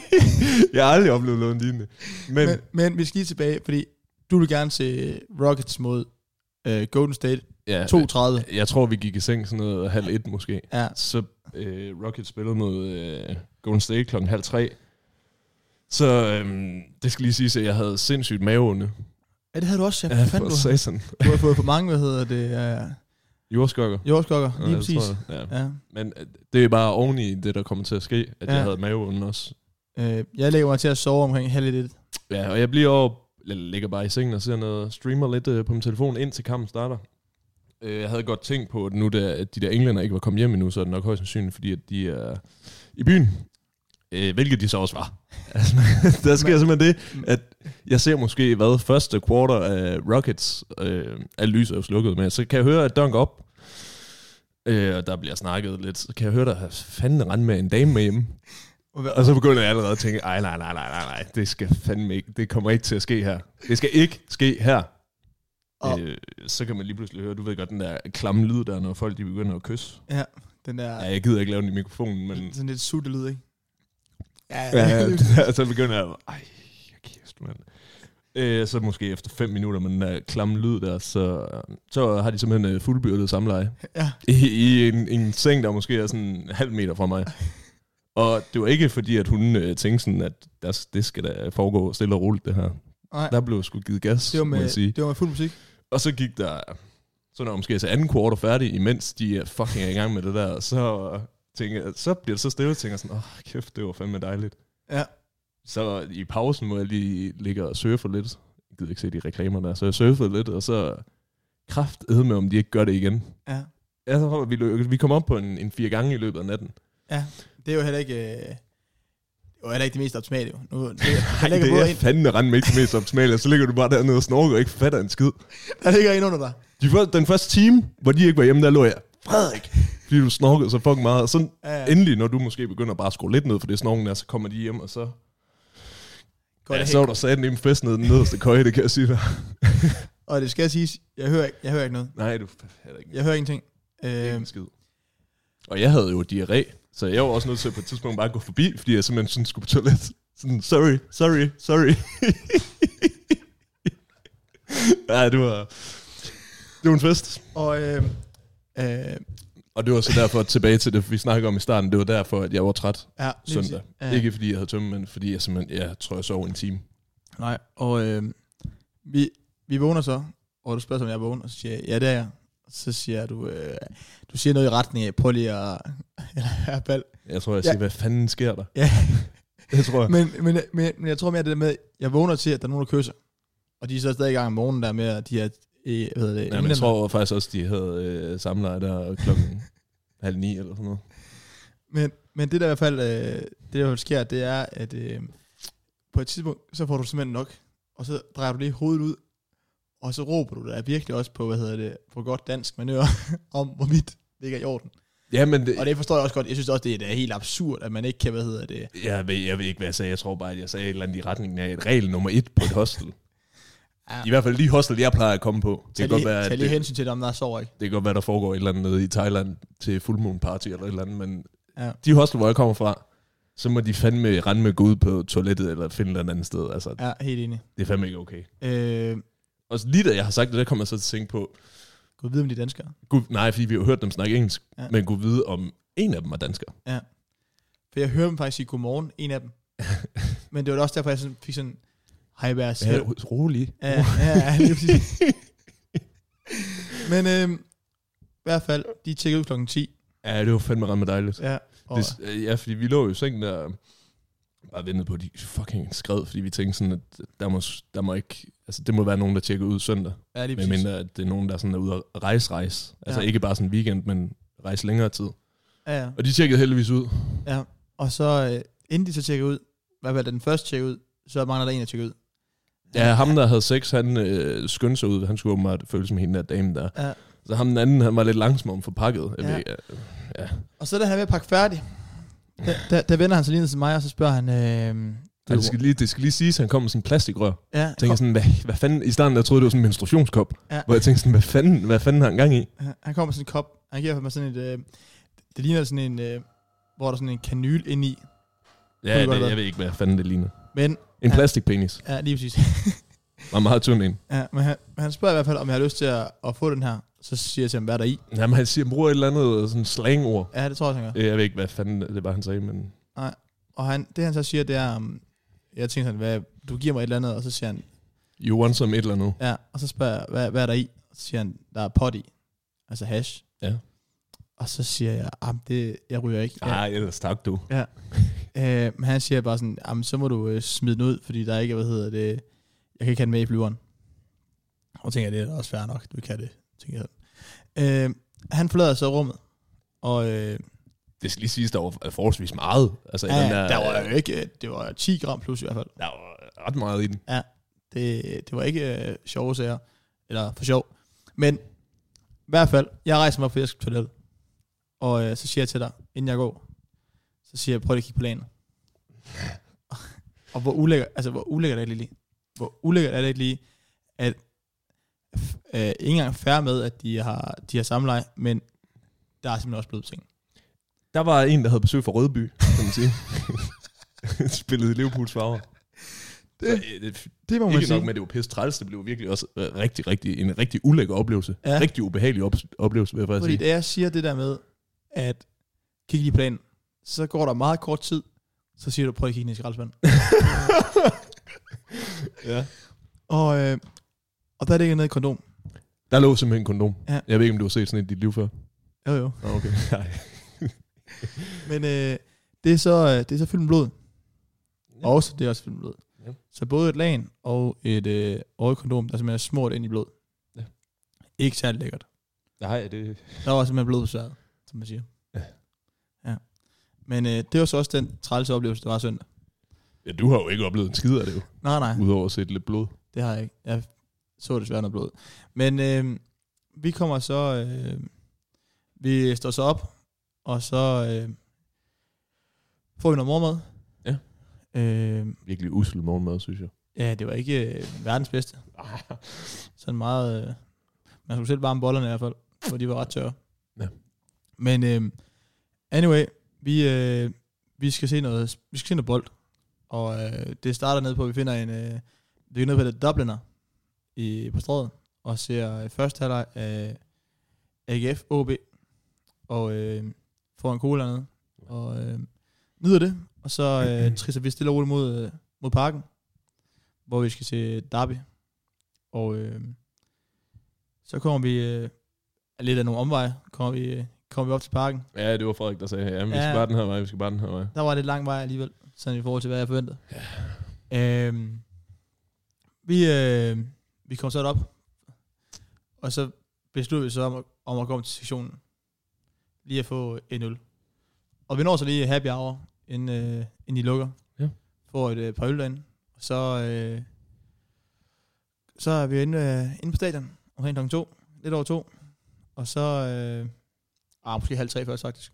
Speaker 2: jeg har aldrig oplevet noget lignende. <laughs> Men,
Speaker 1: Men, men vi skal lige tilbage, fordi du vil gerne se Rockets mod øh, Golden State
Speaker 2: ja,
Speaker 1: 32.
Speaker 2: jeg tror, vi gik i seng sådan noget halv et måske.
Speaker 1: Ja,
Speaker 2: Så øh, Rockets spillede mod øh, Golden State klokken halv tre. Så øhm, det skal lige siges, at jeg havde sindssygt maveonde.
Speaker 1: ja det havde du også. Ja,
Speaker 2: Ja,
Speaker 1: fandt
Speaker 2: for
Speaker 1: du,
Speaker 2: satan.
Speaker 1: du har fået for mange, hvad hedder det, øh,
Speaker 2: Jordskokker.
Speaker 1: jordskokker. Lige
Speaker 2: Ja,
Speaker 1: præcis.
Speaker 2: tror jeg. Ja.
Speaker 1: Ja.
Speaker 2: Men øh, det er bare oven i det, der kommer til at ske, at ja.
Speaker 1: Ja.
Speaker 2: jeg havde maveonde også.
Speaker 1: Øh, jeg lægger mig til at sove omkring halv et.
Speaker 2: Ja, og jeg bliver over, eller ligger bare i sengen og ser noget, streamer lidt øh, på min telefon, indtil kampen starter. Øh, jeg havde godt tænkt på, at nu der, at de der englænder ikke var kommet hjem endnu, så er det nok højst sandsynligt, fordi at de er i byen. Øh, hvilket de så også var. <laughs> Altså, der sker
Speaker 1: Men-
Speaker 2: simpelthen det, at jeg ser måske, hvad første quarter af Rockets, øh, alt lys er jo slukket med, så kan jeg høre, at dunk op, øh, og der bliver snakket lidt, så kan jeg høre, der er fanden rende med en dame med hjemme. Og så begynder jeg allerede at tænke, ej, nej, nej, nej, nej, nej, det skal fandme ikke, det kommer ikke til at ske her. Det skal ikke ske her.
Speaker 1: Og-
Speaker 2: Og øh, så kan man lige pludselig høre, du ved godt, den der klamme lyd der, når folk de begynder at kysse.
Speaker 1: Den der
Speaker 2: Ja, jeg gider ikke lave den i mikrofonen, men
Speaker 1: sådan lidt sutte lyd, ikke? Ja,
Speaker 2: Ja, <laughs> ja. så begynder jeg, ej, kæft, mand. Øh, så måske efter 5 minutter med den der klamme lyd der, så, så har de simpelthen øh, fuldbyrdet samleje.
Speaker 1: ja.
Speaker 2: I, i en, en seng, der måske er sådan en halv meter fra mig. Og det var ikke fordi, at hun øh, tænkte sådan, at der, det skal da foregå stille og roligt, det her.
Speaker 1: Nej,
Speaker 2: Der blev sgu givet gas,
Speaker 1: det var,
Speaker 2: må
Speaker 1: med,
Speaker 2: jeg sige.
Speaker 1: det var med fuld musik.
Speaker 2: Og så gik der, så når måske altså anden kvartal færdig, imens de er fucking er i gang med det der, så, tænker, jeg- så bliver det så stille, og tænker sådan, åh oh, kæft, det var fandme dejligt.
Speaker 1: Ja.
Speaker 2: Så i pausen må jeg lige ligge og surfe lidt. Jeg gider ikke se de reklamer der, så jeg surfede lidt, og så kraft med, om de ikke gør det igen.
Speaker 1: ja.
Speaker 2: Ja, så tror jeg, vi, lykkedes. vi kom op på en, en fire gange i løbet af natten.
Speaker 1: Det er jo heller ikke... Øh, det var heller ikke det mest optimale, jo. Nu, det,
Speaker 2: <laughs> Ej,
Speaker 1: der, ligger
Speaker 2: det
Speaker 1: både
Speaker 2: er
Speaker 1: en,
Speaker 2: fandme rent ikke mest optimalt, og så ligger du bare dernede og snorker og ikke fatter en skid.
Speaker 1: der ligger en under dig.
Speaker 2: De første, den første time, hvor de ikke var hjemme, der lå jeg, Frederik, fordi du snorkede så fucking meget. Og så
Speaker 1: Ja, ja.
Speaker 2: endelig, når du måske begynder bare at skrue lidt ned for det snorken der, så kommer de hjem, og så,
Speaker 1: Går
Speaker 2: ja,
Speaker 1: det
Speaker 2: så
Speaker 1: helt-
Speaker 2: var der sat en fest ned i den nederste køje, det kan jeg sige dig.
Speaker 1: Og det skal siges, jeg hører, ikke, jeg hører ikke noget.
Speaker 2: <laughs> Nej, du fatter ikke.
Speaker 1: Jeg hører ingenting.
Speaker 2: Ikke
Speaker 1: Øh,
Speaker 2: en skid. Og jeg havde jo diarré, så jeg var også nødt til på et tidspunkt bare at gå forbi, fordi jeg simpelthen sådan skulle på toilet. Sådan, sorry, sorry, sorry. <laughs> ja, det var... Det var en fest.
Speaker 1: og øh, øh,
Speaker 2: Og det var så derfor, tilbage til det, vi snakkede om i starten, det var derfor, at jeg var træt
Speaker 1: ja, lige
Speaker 2: søndag.
Speaker 1: præcis.
Speaker 2: Ja. Ikke fordi jeg havde tømme, men fordi jeg simpelthen, jeg tror, jeg sov en time.
Speaker 1: Nej, og øh, vi, vi vågner så, og du spørger, om jeg er vågen, og så siger jeg, ja, det er jeg. Så siger du, øh, du siger noget i retning af, prøv lige at... <laughs> Eller, bal.
Speaker 2: Jeg tror, jeg
Speaker 1: Ja.
Speaker 2: siger, ja. hvad fanden sker der? <laughs>
Speaker 1: Ja.
Speaker 2: Det tror jeg.
Speaker 1: men, men, men, men jeg tror mere det der med, jeg vågner til, at der er nogen, der kysser. Og de er så stadig i gang om morgenen der med, at de er... Øh, hvad hedder det?
Speaker 2: Ja, men jeg
Speaker 1: Eminem.
Speaker 2: tror faktisk også, de havde øh, samleje der klokken halv ni eller sådan noget.
Speaker 1: Men, men det der i hvert fald, øh, det der i hvert fald sker, det er, at øh, på et tidspunkt, så får du simpelthen nok, og så drejer du lige hovedet ud, og så råber du der virkelig også på, hvad hedder det, på godt dansk manøvre, <laughs> om hvor vidt ligger i orden.
Speaker 2: Ja, men det,
Speaker 1: Og det forstår jeg også godt. Jeg synes også, det er, det er helt absurd, at man ikke kan, hvad hedder det.
Speaker 2: Jeg ved, jeg ved ikke, hvad jeg sagde. Jeg tror bare, at jeg sagde et eller andet i retningen af et regel nummer et på et hostel.
Speaker 1: Ja.
Speaker 2: I hvert fald lige hostel, jeg plejer at komme på. Det
Speaker 1: Tag
Speaker 2: kan,
Speaker 1: lige,
Speaker 2: godt være, at
Speaker 1: tag lige
Speaker 2: det,
Speaker 1: hensyn til dem, der sover ikke.
Speaker 2: det kan godt være, der foregår et eller andet nede i Thailand til full moon party eller et eller andet, men
Speaker 1: Ja.
Speaker 2: ja. de hostel, hvor jeg kommer fra, så må de fandme rende med gå ud på toilettet eller finde et eller andet sted. Altså,
Speaker 1: Ja, helt enig.
Speaker 2: det er fandme ikke okay.
Speaker 1: Øh,
Speaker 2: Og lige da jeg har sagt det, der kommer jeg så til at tænke på,
Speaker 1: Gud vide, om de er danskere.
Speaker 2: gud, nej, fordi vi har jo hørt dem snakke engelsk,
Speaker 1: Ja.
Speaker 2: ja. men kunne vide, om en af dem er dansker.
Speaker 1: For jeg hører dem faktisk sige godmorgen, en af dem. Men det var da også derfor, jeg sådan, fik sådan, hej, hvad er så-
Speaker 2: Ja, rolig.
Speaker 1: Ja, ja, ja lige præcis. <laughs> Men øh, i hvert fald, de tjekkede ud klokken 10.
Speaker 2: Ja, det var fandme ret med dejligt.
Speaker 1: Ja, og,
Speaker 2: Det, øh, ja, fordi vi lå jo i sengen der, bare ventede på, at de fucking skred, fordi vi tænkte sådan, at der må, der må ikke, altså det må være nogen, der tjekker ud søndag,
Speaker 1: ja, lige præcis.
Speaker 2: medmindre at det er nogen, der sådan er ude og rejse, rejse. Altså
Speaker 1: Ja.
Speaker 2: ja. ikke bare sådan en weekend, men rejse længere tid.
Speaker 1: Ja, ja.
Speaker 2: Og de tjekkede heldigvis ud.
Speaker 1: Og så, øh, inden de så tjekker ud, i hvert fald da den første tjekker ud, så mangler der en, der tjekker ud.
Speaker 2: Ja, ham der havde sex, han øh, skyndte sig ud, han skulle åbenbart føle som hende der dame der.
Speaker 1: Ja.
Speaker 2: Så ham den anden, han var lidt langsom om forpakket. Jeg
Speaker 1: Ja.
Speaker 2: ja. ved, øh,
Speaker 1: Og så da han er ved at pakke færdig, der, der, der vender han sig lige ned til mig, og så spørger han, øh,
Speaker 2: ja, Altså, det, skal lige, det skal lige siges, han kom med sådan en plastikrør.
Speaker 1: ja,
Speaker 2: Jeg tænker
Speaker 1: han,
Speaker 2: sådan, hvad, hvad fanden, i starten der troede jeg, det var sådan en menstruationskop,
Speaker 1: Ja.
Speaker 2: ja. hvor jeg tænkte sådan, hvad fanden, hvad fanden har han gang i?
Speaker 1: kom, han, han kommer med sådan en kop, han giver mig sådan et, øh, det ligner sådan en, øh, hvor der er sådan en kanyl ind i, Kunne
Speaker 2: Ja,
Speaker 1: det godt
Speaker 2: det,
Speaker 1: være.
Speaker 2: jeg ved ikke, hvad fanden det ligner.
Speaker 1: men,
Speaker 2: En
Speaker 1: Ja.
Speaker 2: ja. plastikpenis.
Speaker 1: ja, lige præcis.
Speaker 2: Meget, meget tynd en.
Speaker 1: ja, men han, men han spørger i hvert fald, om jeg har lyst til at, at få den her, så siger jeg til ham, hvad er der i?
Speaker 2: Jamen, han siger, bruger et eller andet øh, sådan slangord.
Speaker 1: Ja, det tror jeg, også, han gør.
Speaker 2: Jeg ved ikke, hvad fanden det var, han sagde, men...
Speaker 1: Og han, det han så siger, det er, um, jeg tænker sådan, hvad, du giver mig et eller andet, og så siger han,
Speaker 2: You want some et eller andet.
Speaker 1: ja, og så spørger jeg, hvad, hvad er der i? Og så siger han, der er pot i, altså hash.
Speaker 2: Ja.
Speaker 1: Og så siger jeg, jamen det, jeg ryger ikke. Ja.
Speaker 2: Nej, ellers tak, du.
Speaker 1: Øh, men han siger bare sådan, jamen så må du øh, smide den ud, fordi der er ikke, hvad hedder det, jeg kan ikke have den med i flyveren. Og så tænker jeg, det er også fair nok, du kan det, tænker jeg. Øh, han forlader så rummet, og øh,
Speaker 2: Det skal lige siges, der var forholdsvis meget. Altså, i
Speaker 1: ja,
Speaker 2: den der,
Speaker 1: der var jo ikke, øh, det var 10 gram plus i hvert fald.
Speaker 2: der var ret meget i den.
Speaker 1: Det, det var ikke øh, sjove sager, eller for sjov. Men i hvert fald, jeg rejser mig op, fordi jeg skal på toilettet. Og øh, så siger jeg til dig, inden jeg går, så siger jeg, prøv lige at kigge på <laughs> planen. og hvor ulækkert, altså hvor ulækkert er det lige? Hvor ulækkert er det ikke lige, at øh, ikke engang færre med, at de har, de har samleje, men der er simpelthen også blevet ting. <laughs>
Speaker 2: Der var en, der havde besøg fra Rødby, kan man sige. <laughs> spillede i Liverpools farver. Det, så, øh, det,
Speaker 1: Det må man
Speaker 2: ikke nok
Speaker 1: sige.
Speaker 2: med, at det var pisse træls, det blev virkelig også øh, rigtig, rigtig, en rigtig ulækker oplevelse.
Speaker 1: Ja.
Speaker 2: Ja. Rigtig ubehagelig op- oplevelse, vil jeg faktisk
Speaker 1: Fordi da
Speaker 2: sige.
Speaker 1: jeg siger det der med, at kigge i planen, så går der meget kort tid, så siger du, prøv at kigge ned i skraldespanden.
Speaker 2: <laughs> Ja.
Speaker 1: Og, øh, og der ligger nede et kondom.
Speaker 2: Der lå simpelthen en kondom.
Speaker 1: Ja.
Speaker 2: Ja. Jeg ved ikke, om du har set sådan et i dit liv før.
Speaker 1: Jo jo.
Speaker 2: Nå, okay. <laughs> Nej.
Speaker 1: Men øh, det, er så, øh, det er så fyldt med blod.
Speaker 2: Ja.
Speaker 1: Og også, det er også fyldt med blod.
Speaker 2: Ja.
Speaker 1: Så både et lagen og et, øh, og et kondom, der simpelthen er smurt ind i blod.
Speaker 2: Ja.
Speaker 1: Ikke særlig lækkert.
Speaker 2: Nej, det...
Speaker 1: Der var simpelthen blodbesværet, som man siger.
Speaker 2: Ja.
Speaker 1: ja. Men øh, det var så også den trælse oplevelse, der var søndag.
Speaker 2: Ja, du har jo ikke oplevet en skid af det jo.
Speaker 1: Nej, nej.
Speaker 2: Udover at se lidt blod.
Speaker 1: Det har jeg ikke. Jeg så desværre noget blod. Men øh, vi kommer så... Øh, vi står så op, og så øh, får vi noget mormad.
Speaker 2: Ja.
Speaker 1: Øh,
Speaker 2: Virkelig usel morgenmad, synes jeg.
Speaker 1: ja, det var ikke øh, verdens bedste.
Speaker 2: <laughs>
Speaker 1: Sådan meget... Øh, man skulle selv varme bollerne i hvert fald, for de var ret tørre.
Speaker 2: Ja.
Speaker 1: Men øh, anyway, vi, øh, vi, skal se noget, vi skal se noget bold. Og øh, det starter ned på, at vi finder en... Øh, vi er nede på det Dubliner i, på strøget og ser øh, første halvleg af AGF OB og øh, får en cola ned og øh, nyder det. Og så øh, trisser vi stille og roligt mod, øh, mod parken, hvor vi skal se Derby. Og øh, så kommer vi øh, lidt af nogle omveje, kommer vi, øh, kommer vi op til parken.
Speaker 2: Ja, det var Frederik, der sagde, ja, men vi
Speaker 1: Ja.
Speaker 2: skal bare den her vej, vi skal bare den her vej.
Speaker 1: Der var lidt lang vej alligevel, sådan i forhold til, hvad jeg forventede. Ja. Øhm, vi, øh, vi kom så op, og så besluttede vi så om at, om at gå om til sektionen. Lige at få 1-0. Og vi når så lige happy hour, inden, øh, inden de lukker.
Speaker 2: Ja.
Speaker 1: Får et øh, par øl derinde. Og så, øh, så er vi inde, øh, inde på stadion omkring klokken to. Lidt over to. Og så... Øh, ah, måske halv tre først faktisk.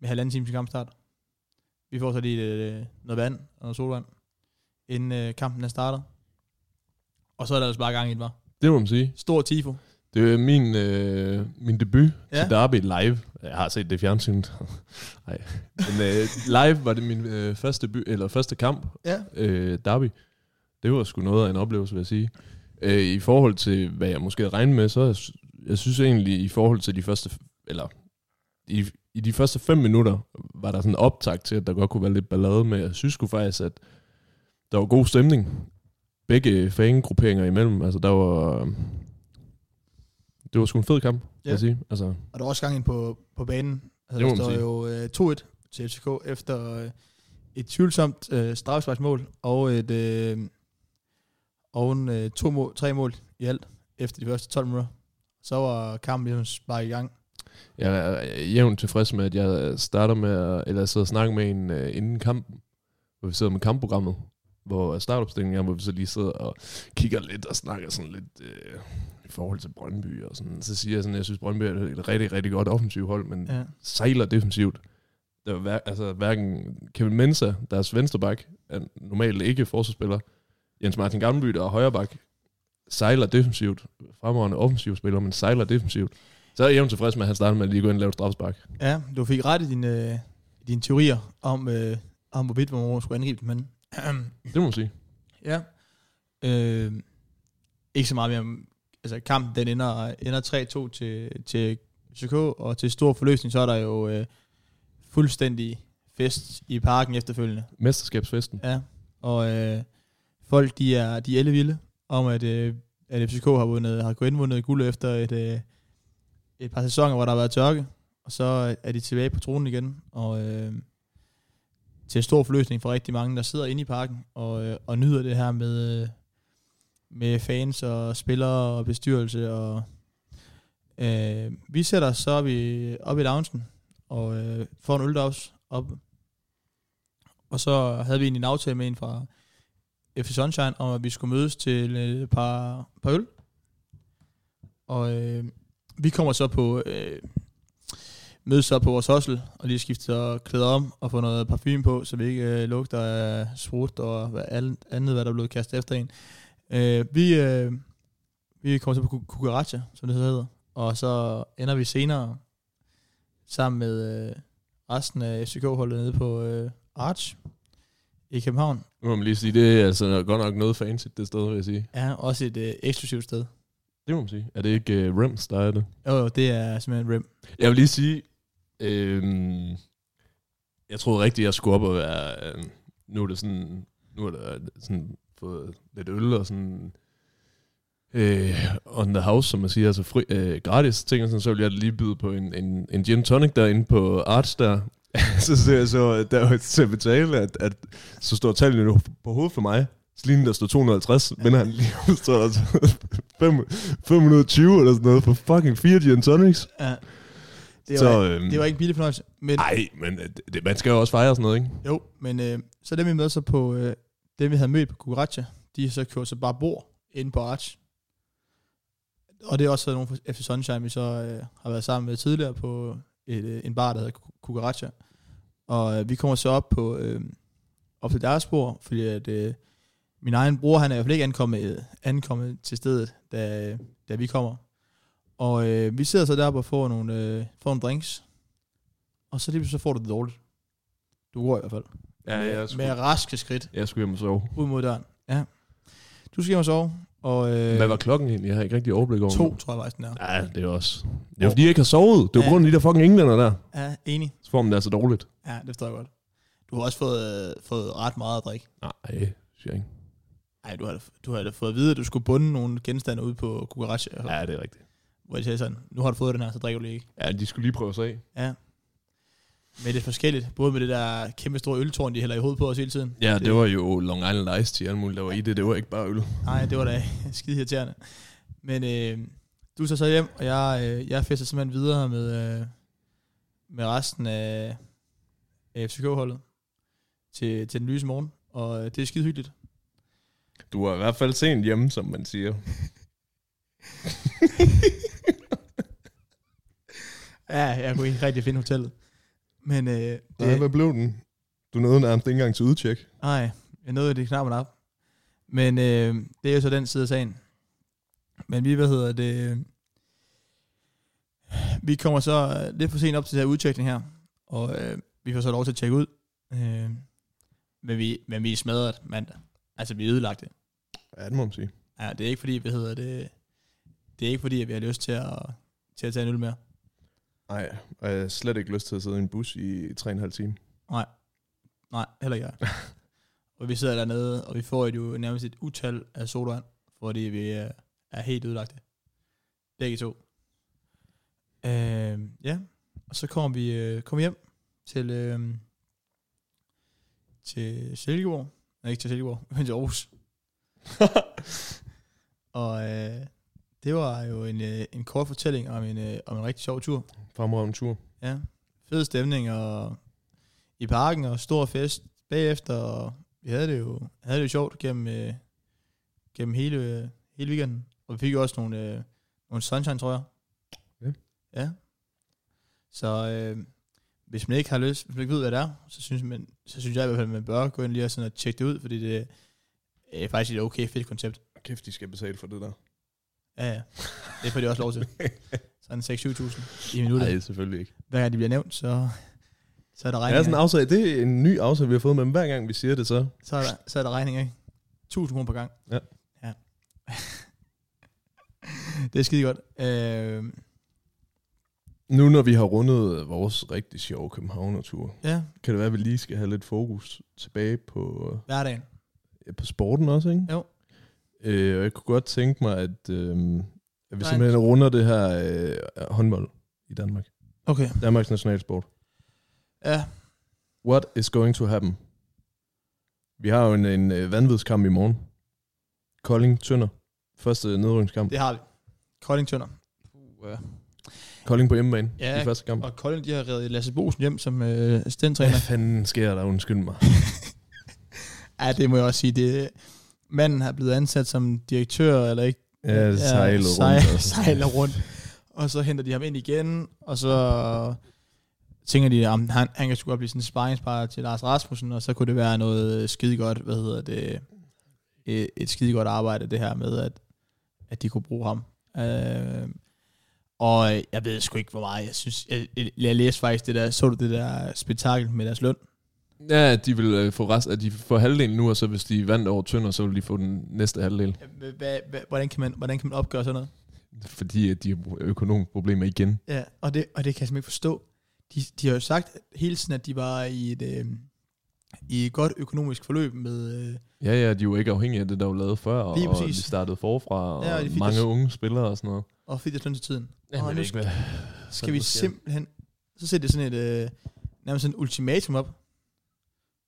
Speaker 1: Med halvanden time til kampstart. Vi får så lige øh, noget vand og noget solvand, inden øh, kampen er startet. Og så er der altså bare gang i det, var.
Speaker 2: Det må man sige.
Speaker 1: Stor tifo.
Speaker 2: Det er min, øh, min debut ja.
Speaker 1: Ja.
Speaker 2: til Derby live. Jeg har set det i fjernsynet. <laughs> Nej. Men øh, live var det min øh, første, debut, eller første kamp,
Speaker 1: Ja.
Speaker 2: øh, Derby. Det var sgu noget af en oplevelse, vil jeg sige. Øh, I forhold til, hvad jeg måske havde regnet med, så jeg, jeg synes egentlig, i forhold til de første, eller i, i de første fem minutter, var der sådan en optag til, at der godt kunne være lidt ballade med. Jeg synes sgu faktisk, at der var god stemning. Begge fangrupperinger imellem. Altså, der var... Det var sgu en fed kamp, ja. vil
Speaker 1: Ja.
Speaker 2: jeg sige. Altså,
Speaker 1: Og der er også gang ind på, på banen. Altså,
Speaker 2: Det må
Speaker 1: der
Speaker 2: man
Speaker 1: står jo
Speaker 2: sige.
Speaker 1: øh, 2-1 til FCK efter øh, et tvivlsomt øh, strafsparksmål og et øh, og en, øh, to mål, tre mål i alt efter de første 12 minutter. Så var kampen ligesom bare i gang.
Speaker 2: jeg er øh, jævnt tilfreds med, at jeg starter med, at, eller jeg sidder og snakker med en øh, inden kampen, hvor vi sidder med kampprogrammet, hvor startopstillingen er, hvor vi så lige sidder og kigger lidt og snakker sådan lidt øh, i forhold til Brøndby og sådan. Så siger jeg sådan, at jeg synes, Brøndby er et rigtig, rigtig godt offensivt hold, men
Speaker 1: Ja.
Speaker 2: sejler defensivt. Der var hver, altså, hverken Kevin Mensah, deres vensterbak, er normalt ikke forsvarsspiller. Jens Martin Gammelby, der er højrebak, sejler defensivt. Fremragende offensiv spiller, men sejler defensivt. Så er jeg jævnt tilfreds med, at han startede med at lige gå ind og lave et strafspark.
Speaker 1: ja, du fik ret i dine, øh, dine teorier om, øh, om hvorvidt man skulle angribe dem. Men
Speaker 2: Det må man sige.
Speaker 1: Ja. Øh, ikke så meget mere. om- Altså kampen, den ender, ender 3-2 til, til CK, og til stor forløsning, så er der jo øh, fuldstændig fest i parken efterfølgende.
Speaker 2: Mesterskabsfesten.
Speaker 1: Ja. Og øh, folk, de er, de er ellevilde om, at, øh, at FCK har, vundet, har gået indvundet guld efter et, øh, et par sæsoner, hvor der har været tørke. Og så øh, er de tilbage på tronen igen. Og øh, til stor forløsning for rigtig mange, der sidder inde i parken og, øh, og nyder det her med, øh, med fans og spillere og bestyrelse. Og, øh, vi sætter os så op i, op i loungen og øh, får en øl deroppe op, og så havde vi egentlig en aftale med en fra FC Sunshine, om at vi skulle mødes til øh, et par, par øl. Og øh, vi kommer så på øh, mødes så på vores hostel, og lige skifter og klæder om, og får noget parfume på, så vi ikke øh, lugter af sprut og hvad, alt andet, hvad der er blevet kastet efter en. Øh, vi, øh, vi kommer så på ku- Cucaracha, som det så hedder, og så ender vi senere sammen med øh, resten af FCK-holdet nede på øh, Arch i København.
Speaker 2: Nu må man lige sige, det er altså godt nok noget fancy det sted, vil jeg sige.
Speaker 1: Ja, også et øh, eksklusivt sted.
Speaker 2: Det må man sige. Er det ikke uh, Rems, der er det?
Speaker 1: Jo, jo, det er simpelthen rim.
Speaker 2: Jeg vil lige sige, øhm, jeg troede rigtigt, jeg skulle op og være, øhm, nu er det sådan, nu er der sådan fået lidt øl og sådan, øh, on the house, som man siger, altså fri, øh, gratis ting, og sådan, så ville jeg lige byde på en, en, en gin tonic derinde på Arts der. <laughs> så ser jeg så, at der var til at betale, at, at så står tallene nu på hovedet for mig. Så lige inden der står 250, men han lige <laughs> så står der fem- 520 eller sådan noget for fucking fire gin tonics.
Speaker 1: Ja. Det var,
Speaker 2: Så,
Speaker 1: så,
Speaker 2: øhm,
Speaker 1: det var ikke en billig fornøjelse. Men,
Speaker 2: Nej, men øh, det, man skal jo også fejre sådan noget, ikke?
Speaker 1: Jo, men øh, så dem vi mødte så på, øh, dem vi havde mødt på Cucaracha, de er så kørt så bare bord inde på Arch. Og det er også nogle fra FC Sunshine, vi så øh, har været sammen med tidligere på et, øh, en bar, der hedder Cu- Cucaracha. Og øh, vi kommer så op på øh, op til deres bord, fordi at, øh, min egen bror, han er i hvert fald ikke ankommet, øh, ankommet til stedet, da, øh, da vi kommer. Og øh, vi sidder så deroppe og får nogle, øh, får nogle drinks. Og så lige pludselig så får du det dårligt. Du går i hvert fald med, med raske skridt
Speaker 2: jeg skulle hjem og sove.
Speaker 1: ud mod døren. Ja. Du skal hjem og sove, og øh,
Speaker 2: Hvad var klokken egentlig? Jeg har ikke rigtig overblik over
Speaker 1: to, tror jeg faktisk, den er.
Speaker 2: Ja, det er også... Det er jo fordi, jeg ikke har sovet. Det er jo
Speaker 1: Ja.
Speaker 2: på grund af de der fucking englænder der.
Speaker 1: Ja, enig.
Speaker 2: Så får man det altså dårligt.
Speaker 1: Ja, det forstår jeg godt. Du har også fået, øh, fået ret meget at drikke.
Speaker 2: Nej, siger jeg ikke.
Speaker 1: Nej, du har, da- du har da fået at vide, at du skulle bunde nogle genstande ud på Cucaracha, ja.
Speaker 2: Ja, det er rigtigt.
Speaker 1: hvor de sagde sådan, nu har du fået den her, så drikker du lige ikke.
Speaker 2: Ja, de skulle lige prøve sig af.
Speaker 1: Ja. Men det er forskelligt, både med det der kæmpe store øltårn, de hælder i hovedet på os hele tiden.
Speaker 2: Ja, det var jo Long Island Ice til alt muligt, der var i det. Det var ikke bare øl.
Speaker 1: Nej, det var da <laughs> skide irriterende. Men øh, du tager så hjem, og jeg, øh, jeg fester simpelthen videre med, øh, med resten af, af FCK-holdet til, til den lyse morgen. Og øh, det er skide hyggeligt.
Speaker 2: Du var i hvert fald sent hjemme, som man siger.
Speaker 1: Ja, jeg kunne ikke rigtig finde hotellet. Men øh,
Speaker 2: Nej,
Speaker 1: det,
Speaker 2: hvad blev den? Du nåede nærmest ikke engang til udtjek.
Speaker 1: nej, jeg nåede det knap op. Men øh, det er jo så den side af sagen. Men vi, hvad hedder det... øh, Vi kommer så øh, lidt for sent op til den her udtjekning her, og øh, vi får så lov til at tjekke ud. Øh, men, vi, men vi er smadret mandag. Altså, vi er ødelagt det.
Speaker 2: Ja, det må man sige.
Speaker 1: Ja, det er ikke fordi, hvad hedder det... Det er ikke fordi, at vi har lyst til at, til at tage en øl mere.
Speaker 2: Nej, og jeg har slet ikke lyst til at sidde i en bus i 3,5 timer.
Speaker 1: Nej, heller ikke jeg. og vi sidder dernede, og vi får et jo nærmest et utal af sodavand, fordi vi øh, er helt ødelagte. Begge to. Øh, ja, og så kommer vi øh, kommer hjem til, øh, til Silkeborg. Nej, ikke til Silkeborg, <laughs> men til Aarhus. og øh, det var jo en, øh, en kort fortælling om en, øh, om en rigtig sjov tur.
Speaker 2: Fremragende tur.
Speaker 1: Ja, fed stemning og i parken og stor fest bagefter. Og vi havde det jo, havde det jo sjovt gennem, øh, gennem hele, øh, hele weekenden. Og vi fik jo også nogle, øh, nogle sunshine, tror jeg.
Speaker 2: Ja.
Speaker 1: Ja. Så øh, hvis man ikke har lyst, hvis man ikke ved, hvad det er, så synes, man, så synes jeg i hvert fald, at man bør gå ind lige og, sådan og tjekke det ud, fordi det er faktisk et okay fedt koncept.
Speaker 2: Kæft, de skal betale for det der.
Speaker 1: Ja, ja. Det får de også lov til. Sådan 6-7.000 i minuttet.
Speaker 2: Nej, selvfølgelig ikke.
Speaker 1: Hver gang de bliver nævnt, så, så er der
Speaker 2: Ej,
Speaker 1: regninger.
Speaker 2: det, er sådan en aftale, det er en ny aftale, vi har fået, men hver gang vi siger det så...
Speaker 1: så er der, så er der regning, ikke? 1000 kroner per gang.
Speaker 2: Ja.
Speaker 1: ja. <laughs> det er skide godt. Øh,
Speaker 2: Nu når vi har rundet øh, vores rigtig sjove Københavner-tur,
Speaker 1: ja,
Speaker 2: kan det være, at vi lige skal have lidt fokus tilbage på, øh,
Speaker 1: hverdagen.
Speaker 2: ja, på sporten også, ikke?
Speaker 1: Jo.
Speaker 2: Øh, og jeg kunne godt tænke mig, at, øh, at vi
Speaker 1: Nej.
Speaker 2: simpelthen runder det her øh, håndbold i Danmark.
Speaker 1: Okay.
Speaker 2: Danmarks nationalsport.
Speaker 1: Ja,
Speaker 2: What is going to happen? Vi har jo en, en øh, vanvidskamp i morgen. Kolding Tønder. Første nedrykningskamp.
Speaker 1: det har vi. Kolding Tønder.
Speaker 2: Kolding på hjemmebane
Speaker 1: Ja,
Speaker 2: i første kamp.
Speaker 1: Og Kolding, de har reddet Lasse Bosen hjem som øh,
Speaker 2: Hvad
Speaker 1: stentræner.
Speaker 2: fanden sker der? Undskyld
Speaker 1: <laughs>
Speaker 2: mig.
Speaker 1: ja, det må jeg også sige. Det, manden har blevet ansat som direktør, eller ikke?
Speaker 2: Ja, det sejlede
Speaker 1: sej-
Speaker 2: rundt. altså.
Speaker 1: <laughs> sejler rundt. Og så henter de ham ind igen, og så tænker de, om han, han kan sgu godt blive sådan en sparringspartner til Lars Rasmussen, og så kunne det være noget skide godt, hvad hedder det, et, et skide godt arbejde, det her med, at, at de kunne bruge ham. Øh, og jeg ved sgu ikke, hvor meget jeg synes, jeg, jeg, jeg læste faktisk det der, så du det der spektakel med deres løn?
Speaker 2: Ja, at de vil øh, få rest, at de får halvdelen nu, og så hvis de vandt over Tønder, så vil de få den næste halvdel.
Speaker 1: Hvordan kan man, hvordan kan man opgøre sådan noget?
Speaker 2: Fordi at de har økonomiske problemer igen.
Speaker 1: Ja, og det, og det kan jeg simpelthen ikke forstå. De, de har jo sagt hele tiden, at de var i et, øh, i et godt økonomisk forløb med... Øh,
Speaker 2: Ja, ja, de er jo ikke afhængige af det, der var lavet før,
Speaker 1: Lige
Speaker 2: og de
Speaker 1: præcis.
Speaker 2: startede forfra, og,
Speaker 1: Ja, og de fik
Speaker 2: mange
Speaker 1: deres-
Speaker 2: unge spillere og sådan noget.
Speaker 1: og fik det til tiden.
Speaker 2: Jamen,
Speaker 1: og
Speaker 2: jeg
Speaker 1: nu
Speaker 2: ved ikke, hvad-
Speaker 1: skal vi
Speaker 2: der sker.
Speaker 1: simpelthen... Så sætter det sådan et... Øh, nærmest sådan et ultimatum op.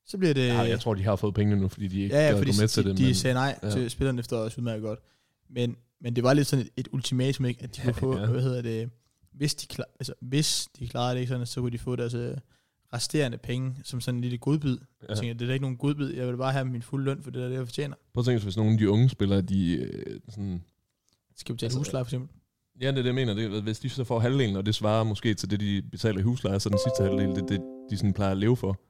Speaker 1: Så bliver det...
Speaker 2: Ja, jeg tror, de har fået pengene nu, fordi de ikke
Speaker 1: øh, ja,
Speaker 2: gad
Speaker 1: ja, fordi
Speaker 2: gå med til
Speaker 1: de,
Speaker 2: det.
Speaker 1: de
Speaker 2: men-
Speaker 1: sagde nej
Speaker 2: ja.
Speaker 1: ja. til spillerne efter også udmærket godt. Men, men det var lidt sådan et, et ultimatum, ikke? at de kunne få,
Speaker 2: Ja.
Speaker 1: ja. hvad hedder det, hvis de, klar, altså, hvis de klarede det ikke sådan, så kunne de få deres øh, resterende penge som sådan en lille godbid. Ja.
Speaker 2: Ja.
Speaker 1: Jeg tænkte, det er da ikke nogen godbid, jeg vil bare have min fulde løn for det der, det jeg fortjener.
Speaker 2: Prøv at tænke, hvis nogle af de unge spillere, de øh, sådan...
Speaker 1: Skal vi betale
Speaker 2: Altså,
Speaker 1: altså, husleje for eksempel?
Speaker 2: Ja, det er det, jeg mener. Det, er, hvis de så får halvdelen, og det svarer måske til det, de betaler i husleje, så den sidste halvdel, det er det, de sådan plejer at leve for.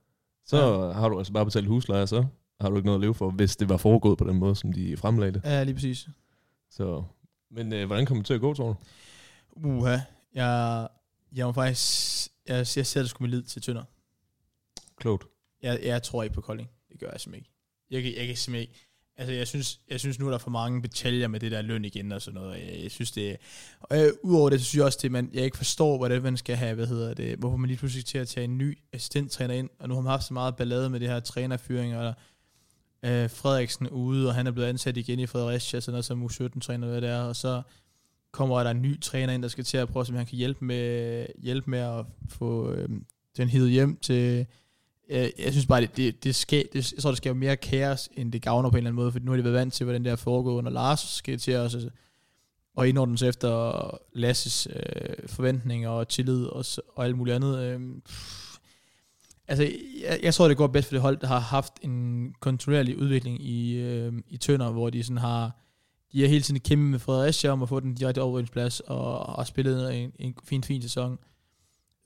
Speaker 2: Så ja. har du altså bare betalt husleje, og så har du ikke noget at leve for, hvis det var foregået på den måde, som de fremlagde det.
Speaker 1: Ja, lige præcis.
Speaker 2: Så, men øh, hvordan kommer det til at gå, tror du?
Speaker 1: Uha, jeg, jeg var faktisk, jeg, jeg sætter sgu min lid til Tønder.
Speaker 2: Klogt.
Speaker 1: Jeg, jeg tror ikke på Kolding. Det gør jeg simpelthen ikke. Jeg kan, jeg kan simpelthen ikke. Altså, jeg synes, jeg synes nu, der er for mange detaljer med det der løn igen og sådan noget. Jeg, jeg synes, det er- Og øh, udover det, så synes jeg også, det, man, jeg ikke forstår, hvordan man skal have, hvad hedder det, hvorfor man lige pludselig skal til at tage en ny assistenttræner ind, og nu har man haft så meget ballade med det her trænerfyring, og der, øh, Frederiksen ude, og han er blevet ansat igen i Fredericia, sådan noget som U17-træner, hvad det er, og så kommer der en ny træner ind, der skal til at prøve, om han kan hjælpe med, hjælpe med at få øh, den hivet hjem til, jeg, Øh, jeg synes bare, det, det, det, skal, det, jeg tror, det skaber mere kaos, end det gavner på en eller anden måde, for nu har de været vant til, hvordan det har foregået under Lars, så skal det til os og- og indordne sig efter Lasses øh, forventninger og tillid og, s- og alt muligt andet. Øh, pff. altså, jeg, jeg tror, det går bedst for det hold, der har haft en kontinuerlig udvikling i, øh, i Tønder, hvor de sådan har de har hele tiden kæmpet med Fredericia om at få den direkte overvågningsplads og har spillet en, en fin, fin sæson.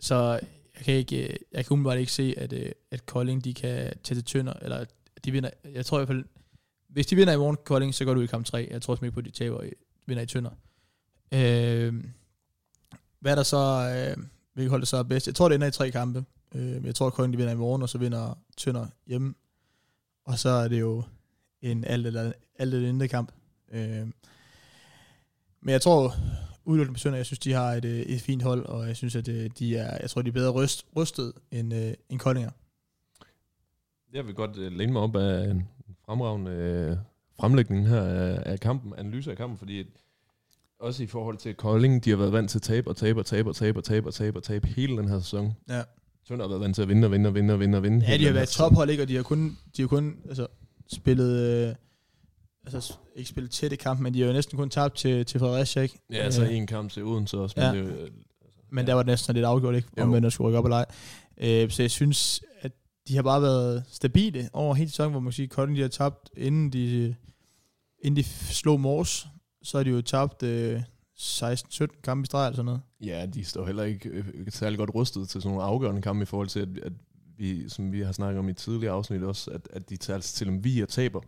Speaker 1: Så jeg kan ikke, øh, jeg kan umiddelbart ikke se, at, øh, at Kolding, de kan tage til Tønder, eller at de vinder, jeg tror i hvert fald, hvis de vinder i morgen Kolding, så går du ud i kamp 3. Jeg tror simpelthen ikke på, at de taber, i- vinder i Tønder. Øh, hvad er der så, øh, hvilket hold der så er bedst? Jeg tror, det ender i tre kampe. Øh, men jeg tror, at Kolding, de vinder i morgen, og så vinder Tønder hjemme. Og så er det jo en alt eller, alt eller intet kamp. Øh, men jeg tror, udelukkende på Sønder. Jeg synes, de har et, øh, et fint hold, og jeg synes, at øh, de er, jeg tror, de er bedre ryst, rystet end, øh, end Koldinger.
Speaker 2: Jeg vil godt øh, læne mig op af en fremragende øh, fremlægning her af, af kampen, analyse af kampen, fordi også i forhold til Kolding, de har været vant til at tabe og tabe og tabe og tabe og tabe og tabe og tabe hele den her sæson.
Speaker 1: Ja.
Speaker 2: Tønder har været vant til at vinde og vinde og vinde og vinde og vinde.
Speaker 1: Ja, de har
Speaker 2: hele den her
Speaker 1: været
Speaker 2: sæson.
Speaker 1: tophold, ikke? Og de har kun, de har kun altså, spillet... Øh, altså, s- ikke spillet tætte kamp, men de har jo næsten kun tabt til, til Fredericia, ikke?
Speaker 2: Ja, altså
Speaker 1: Øh,
Speaker 2: en kamp til Odense også.
Speaker 1: Ja.
Speaker 2: Men ja. det, øh,
Speaker 1: Men
Speaker 2: Ja.
Speaker 1: der var det næsten sådan lidt afgjort, ikke?
Speaker 2: Jo.
Speaker 1: Om man skulle rykke op eller ej. Øh, så jeg synes, at de har bare været stabile over hele sæsonen, hvor man kan sige, Kolding de har tabt, inden de, inden de slog Mors, så har de jo tabt øh, 16-17 kampe i streg eller sådan noget.
Speaker 2: ja, de står heller ikke øh, særlig godt rustet til sådan nogle afgørende kampe i forhold til, at, at vi, som vi har snakket om i tidligere afsnit også, at, at de tager altså til om vi og taber,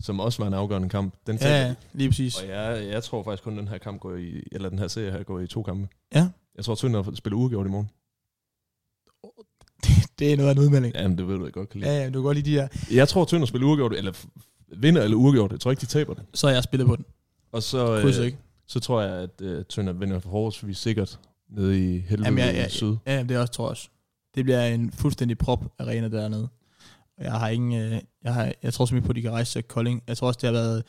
Speaker 2: som også var en afgørende kamp. Den taber
Speaker 1: Ja,
Speaker 2: de.
Speaker 1: ja, lige præcis.
Speaker 2: Og jeg, jeg tror faktisk kun, at den her kamp går i, eller den her serie her går i to kampe.
Speaker 1: Ja.
Speaker 2: Jeg tror, Tønder spiller uafgjort i morgen.
Speaker 1: Det er noget af en udmelding.
Speaker 2: Jamen, det ved du, jeg godt kan lide.
Speaker 1: Ja, ja, du kan godt lide de der.
Speaker 2: Jeg tror, Tønder spiller uafgjort, eller f- vinder eller uafgjort. Jeg tror ikke, de taber det.
Speaker 1: Så har jeg spillet på den.
Speaker 2: Og så,
Speaker 1: Krydser
Speaker 2: øh,
Speaker 1: ikke.
Speaker 2: så tror jeg, at øh, Tønder vinder forholdsvis sikkert nede i helvede
Speaker 1: Jamen, jeg, jeg,
Speaker 2: syd.
Speaker 1: ja, jamen, det er også, tror jeg også. Det bliver en fuldstændig prop-arena dernede. Og jeg har ingen... øh, Jeg, har, jeg tror simpelthen på, at de kan rejse til Kolding. Jeg tror også, det har været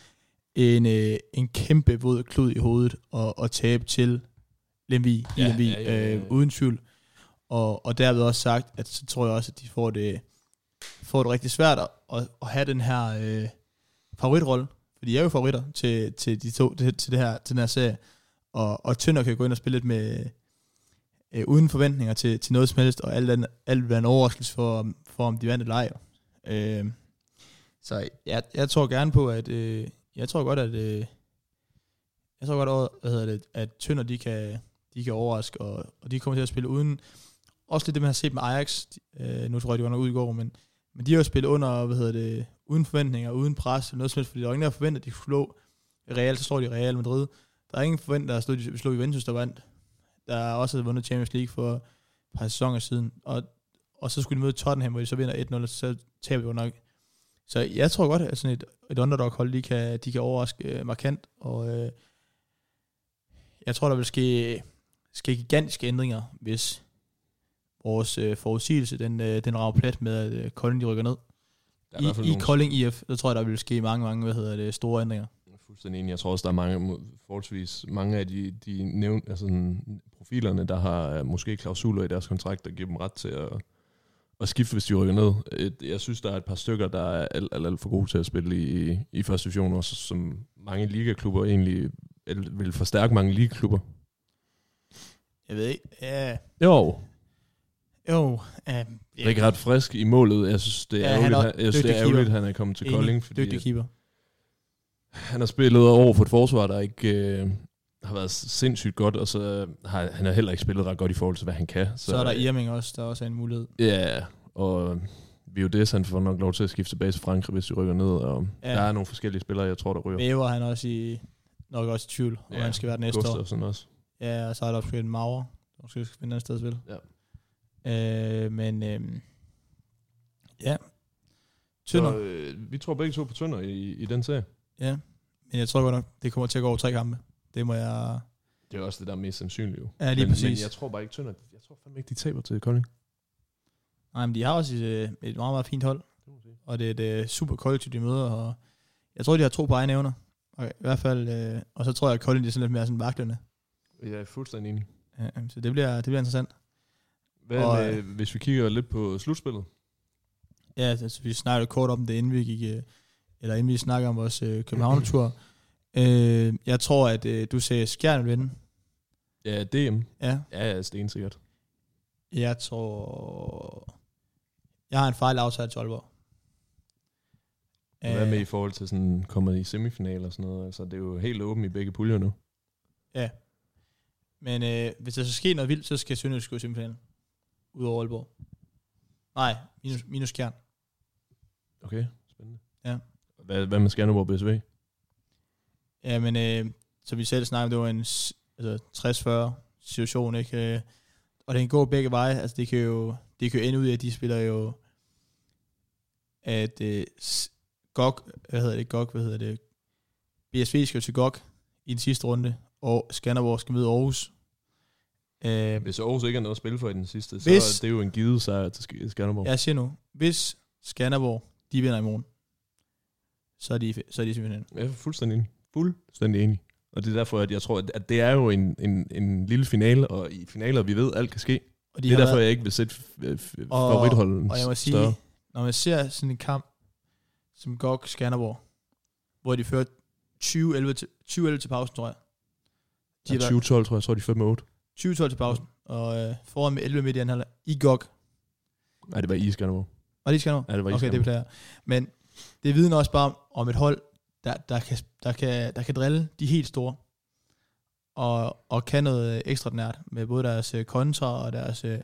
Speaker 1: en, øh, en kæmpe våd klud i hovedet og, og tabe til Lemvi, ja, i Lemvi, ja, ja, ja,
Speaker 2: ja.
Speaker 1: Øh, uden tvivl. Og, og derved også sagt, at så tror jeg også, at de får det, får det rigtig svært at, at, at have den her øh, favoritrolle. Fordi jeg er jo favoritter til, til, de to, til, til, det her, til den her serie. Og, og Tønder kan jo gå ind og spille lidt med, øh, uden forventninger til, til noget som helst, og alt, andet, alt vil være en overraskelse for, om- for om de vandt eller ej. Øh, så jeg, jeg tror gerne på, at øh, jeg tror godt, at øh, jeg tror godt, over- hvad hedder det, at Tønder, de kan, de kan overraske, og, og de kommer til at spille uden, også lidt det, man har set med Ajax, de- øh, nu tror jeg, de var nok ud i går, men, men de har jo spillet under, hvad hedder det, uden forventninger, uden pres, eller noget som helst, fordi der var ingen, der forventede, at de kunne slå Real, så slår de Real Madrid. Der er ingen forventer, der slog, slog Juventus, der vandt der også havde vundet Champions League for et par sæsoner siden. Og, og så skulle de møde Tottenham, hvor de så vinder 1-0, og så taber vi jo nok. Så jeg tror godt, at sådan et, et underdog-hold, de kan, de kan overraske øh, markant, og øh, jeg tror, der vil ske, ske gigantiske ændringer, hvis vores øh, forudsigelse, den, øh, den rager plet med, at øh, Kolding de rykker ned.
Speaker 2: Der er
Speaker 1: I,
Speaker 2: hvert fald
Speaker 1: I
Speaker 2: nogle-
Speaker 1: Kolding IF, der tror jeg, der vil ske mange, mange, hvad hedder det, store ændringer.
Speaker 2: Jeg er fuldstændig enig. Jeg tror også, der er mange, forholdsvis mange af de, de nævn, altså sådan, profilerne, der har øh, måske klausuler i deres kontrakt, der giver dem ret til at, at skifte, hvis de rykker ned. Et- Jeg synes, der er et par stykker, der er alt, alt, alt for gode til at spille i, i første division, også som mange ligaklubber egentlig eller vil forstærke mange ligaklubber.
Speaker 1: Jeg ved ikke. Ja,
Speaker 2: Jo,
Speaker 1: jo. Øh,
Speaker 2: yeah. ikke ret frisk i målet. Jeg synes, det er
Speaker 1: Ja, han er
Speaker 2: ærgerligt,
Speaker 1: også
Speaker 2: han, jeg synes,
Speaker 1: dygtig
Speaker 2: det er ærgerligt,
Speaker 1: keeper.
Speaker 2: han er kommet til
Speaker 1: Enig.
Speaker 2: Kolding, fordi
Speaker 1: Dygtig keeper.
Speaker 2: han har spillet over for et forsvar, der ikke øh, har været sindssygt godt, og så har han har heller ikke spillet ret godt i forhold til, hvad han kan.
Speaker 1: Så, så er der Irming også, der også er en mulighed.
Speaker 2: Ja, og Viodes, han får nok lov til at skifte tilbage til Frankrig, hvis de rykker ned, og
Speaker 1: Ja.
Speaker 2: ja. der er nogle forskellige spillere, jeg tror, der ryger.
Speaker 1: Væver han også i, nok også i tvivl, om
Speaker 2: Ja,
Speaker 1: han skal være næste år.
Speaker 2: Gustafsson også.
Speaker 1: Ja, og så er der også en Maurer, der måske skal finde et andet sted at spille.
Speaker 2: Ja.
Speaker 1: Øh, men øh, ja, Tønder.
Speaker 2: Så, øh, vi tror begge to på Tønder i, i den serie.
Speaker 1: Ja, men jeg tror godt nok, det kommer til at gå over tre kampe. Det må jeg...
Speaker 2: Det er også det, der er mest sandsynligt jo.
Speaker 1: Ja, lige
Speaker 2: men,
Speaker 1: præcis.
Speaker 2: Men jeg tror bare ikke, Tønder, jeg tror fandme ikke, de taber til Kolding.
Speaker 1: Nej, men de har også et, øh, et meget, meget fint hold,
Speaker 2: Det må man sige.
Speaker 1: og det er et øh, super kollektiv, de møder, og jeg tror, de har tro på egne evner. Okay, I hvert fald, øh, og så tror jeg, at Kolding de er sådan lidt mere sådan vaklende.
Speaker 2: Jeg er fuldstændig enig.
Speaker 1: Ja, så det bliver, det bliver interessant.
Speaker 2: Hvad,
Speaker 1: Og,
Speaker 2: og, øh, hvis vi kigger lidt på slutspillet?
Speaker 1: Ja, altså, vi snakkede jo kort om det, inden vi gik, øh, eller inden vi snakker om vores øh, København-tur. øh, jeg tror, at øh, du sagde Skjern vil vinde.
Speaker 2: Ja, DM.
Speaker 1: Ja,
Speaker 2: Ja, ja, stensikkert.
Speaker 1: jeg tror... Jeg har en fejl aftale til Aalborg.
Speaker 2: Hvad med
Speaker 1: Øh,
Speaker 2: i forhold til sådan, kommer de i semifinaler og sådan noget? Altså, det er jo helt åbent i begge puljer nu.
Speaker 1: Men øh, hvis der så sker noget vildt, så skal Sønderjysk gå i semifinalen. Udover Aalborg. Nej, minus, minus Kjern.
Speaker 2: Okay, spændende.
Speaker 1: Ja.
Speaker 2: Hvad, hvad med Skanderborg BSV?
Speaker 1: Ja, men øh, som vi selv snakkede, det var en s- altså, 60-40 situation, ikke? Øh, Og den går begge veje. Altså, det kan jo, det kan jo ende ud i, at de spiller jo, at øh, s- GOG, hvad hedder det, GOG, hvad hedder det, BSV skal jo til GOG i den sidste runde, og Skanderborg skal møde Aarhus. Øh,
Speaker 2: Hvis Aarhus ikke har noget at spille for i den sidste, så
Speaker 1: Hvis-
Speaker 2: er det jo en givet sejr til Sk- Skanderborg.
Speaker 1: Jeg siger nu, hvis Skanderborg, de vinder i morgen, så er de, så er de simpelthen.
Speaker 2: Jeg er fuldstændig enig. Fuldstændig enig. Og det er derfor, at jeg tror, at- at det er jo en, en, en lille finale, og i finaler, vi ved, alt kan ske. De
Speaker 1: Og
Speaker 2: det er
Speaker 1: har
Speaker 2: derfor,
Speaker 1: været-
Speaker 2: jeg ikke vil sætte f- f-
Speaker 1: Og-
Speaker 2: favoritholden
Speaker 1: og jeg må sige,
Speaker 2: større.
Speaker 1: når man ser sådan en kamp, som GOG Skanderborg, hvor de fører 20-11 til, 20-11 til pausen, tror jeg. De
Speaker 2: Ja,
Speaker 1: har
Speaker 2: 20-12, tror jeg. Jeg tror, de er 5 8.
Speaker 1: 20-12 til pausen, og øh, foran med 11 midt i anden halvleg i GOG.
Speaker 2: Nej, det var i Skanderborg.
Speaker 1: Var det i Skanderborg?
Speaker 2: Ja, det var i
Speaker 1: Okay, det
Speaker 2: Skanderborg.
Speaker 1: beklager jeg. Men det vidner også bare om, om et hold, der, der, kan, der, kan, der kan drille de helt store. Og, og kan noget øh, ekstraordinært med både deres øh, kontra og deres, øh,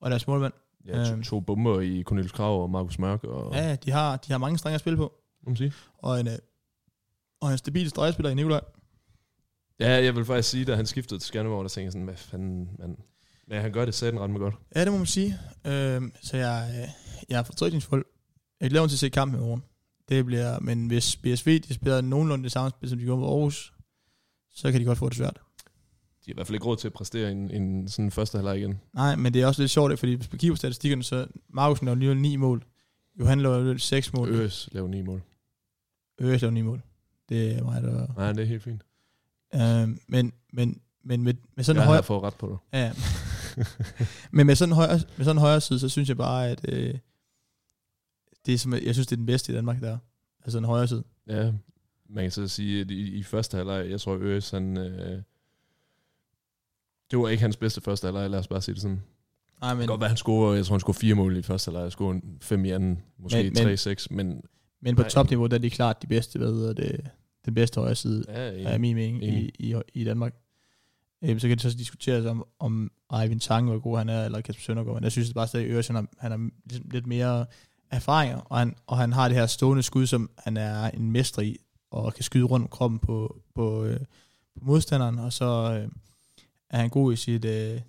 Speaker 1: og deres målmand.
Speaker 2: Ja, to,
Speaker 1: Øhm.
Speaker 2: to bomber i Cornelius Krav og Markus Mørk. Og,
Speaker 1: Ja, ja, de har, de har mange strenge at spille på.
Speaker 2: må man sige.
Speaker 1: Og en, øh, og en stabil stregspiller i Nikolaj.
Speaker 2: Ja, jeg vil faktisk sige, da han skiftede til Skanderborg, der tænkte jeg sådan, hvad fanden, mand. Men han gør det satan ret med godt.
Speaker 1: Ja, det må man sige. Øhm, så jeg, øh, jeg er fortrykningsfuld. Jeg glæder mig til at se kampen i morgen. Det bliver, men hvis BSV de spiller nogenlunde det samme spil, som de gjorde mod Aarhus, så kan de godt få det svært.
Speaker 2: De har i hvert fald ikke råd til at præstere en, en sådan første halvleg igen.
Speaker 1: Nej, men det er også lidt sjovt, ikke? fordi hvis man kigger på statistikkerne, så Markusen lavede alligevel 9 mål. Johan lavede alligevel 6 mål. Øh.
Speaker 2: Øres laver ni mål.
Speaker 1: Øres lavede 9 mål. Det er mig, der...
Speaker 2: Nej, det er helt fint.
Speaker 1: Øh, men, men, men med, med sådan
Speaker 2: jeg
Speaker 1: en høj...
Speaker 2: har fået ret på dig. <laughs>
Speaker 1: Ja. ja. men med sådan en højre, med sådan en højre side, så synes jeg bare, at øh, det er som, jeg synes, det er den bedste i Danmark, der er. Altså en højre side.
Speaker 2: Ja, man kan så sige, at i, i første halvleg, jeg tror Øres, han... Øh, det var ikke hans bedste første halvleg, lad os bare sige det sådan. Det
Speaker 1: Nej, men,
Speaker 2: kan godt være, han scorer, jeg tror, han scorer fire mål i første halvleg, han scorer fem i anden, måske
Speaker 1: Men- men-
Speaker 2: 3-6, men, men
Speaker 1: men på
Speaker 2: Nej.
Speaker 1: topniveau, der er de klart de bedste, hvad hedder det, den bedste højre side,
Speaker 2: ja, egentlig.
Speaker 1: er min mening, i,
Speaker 2: Enig.
Speaker 1: i, i Danmark. Øhm, så kan det så diskuteres om, om Eivind Tange, hvor god han er, eller Kasper Søndergaard, men jeg synes bare stadig, at Øres, han har, han har ligesom lidt mere erfaringer, og han, og han har det her stående skud, som han er en mester i, og kan skyde rundt om kroppen på, på, øh, på modstanderen, og så øh, er han god i sit, øh,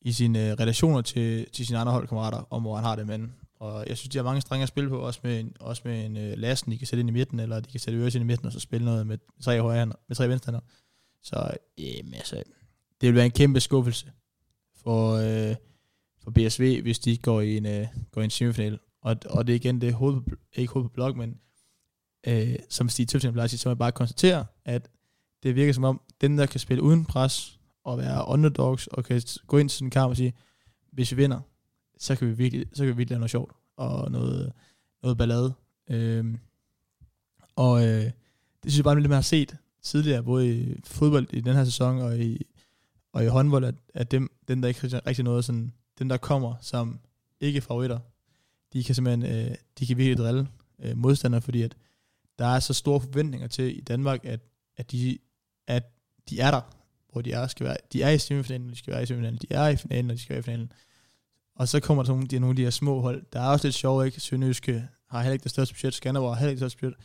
Speaker 1: i sine øh, relationer til, til sine andre holdkammerater, om hvor han har det med den. Og jeg synes, de har mange strenge at spille på, også med en, også med en øh, Lassen, de kan sætte ind i midten, eller de kan sætte Øres ind i midten, og så spille noget med tre højre hænder, med tre venstre hænder. Så øh, altså, det vil være en kæmpe skuffelse for, øh, for BSV, hvis de ikke går i en, øh, går i en semifinal. Og, og det er igen det er hoved, på bl- ikke hoved på blok, men øh, som Stig Tøfting plejer at sige, så må jeg bare konstatere, at det virker som om, dem der kan spille uden pres, og være underdogs, og kan s- gå ind til sådan en kamp og sige, hvis vi vinder, så kan vi virkelig, så kan vi virkelig lave noget sjovt, og noget, noget ballade. Øhm, og øh, det synes jeg bare, at man har set tidligere, både i fodbold i den her sæson, og i, og i håndbold, at, at dem, dem, der ikke rigtig rigtig noget sådan, dem der kommer som ikke favoritter, de kan simpelthen, øh, de kan virkelig drille øh, modstandere, fordi at der er så store forventninger til i Danmark, at, at, de, at de er der, hvor de er, skal være, de er i semifinalen, de skal være i semifinalen, de er i finalen, og de skal være i finalen. Og så kommer der nogle, de, nogle af de her små hold. Der er også lidt sjovt, ikke? Sønderjyske har heller ikke det største budget, Skanderborg har heller ikke det største budget,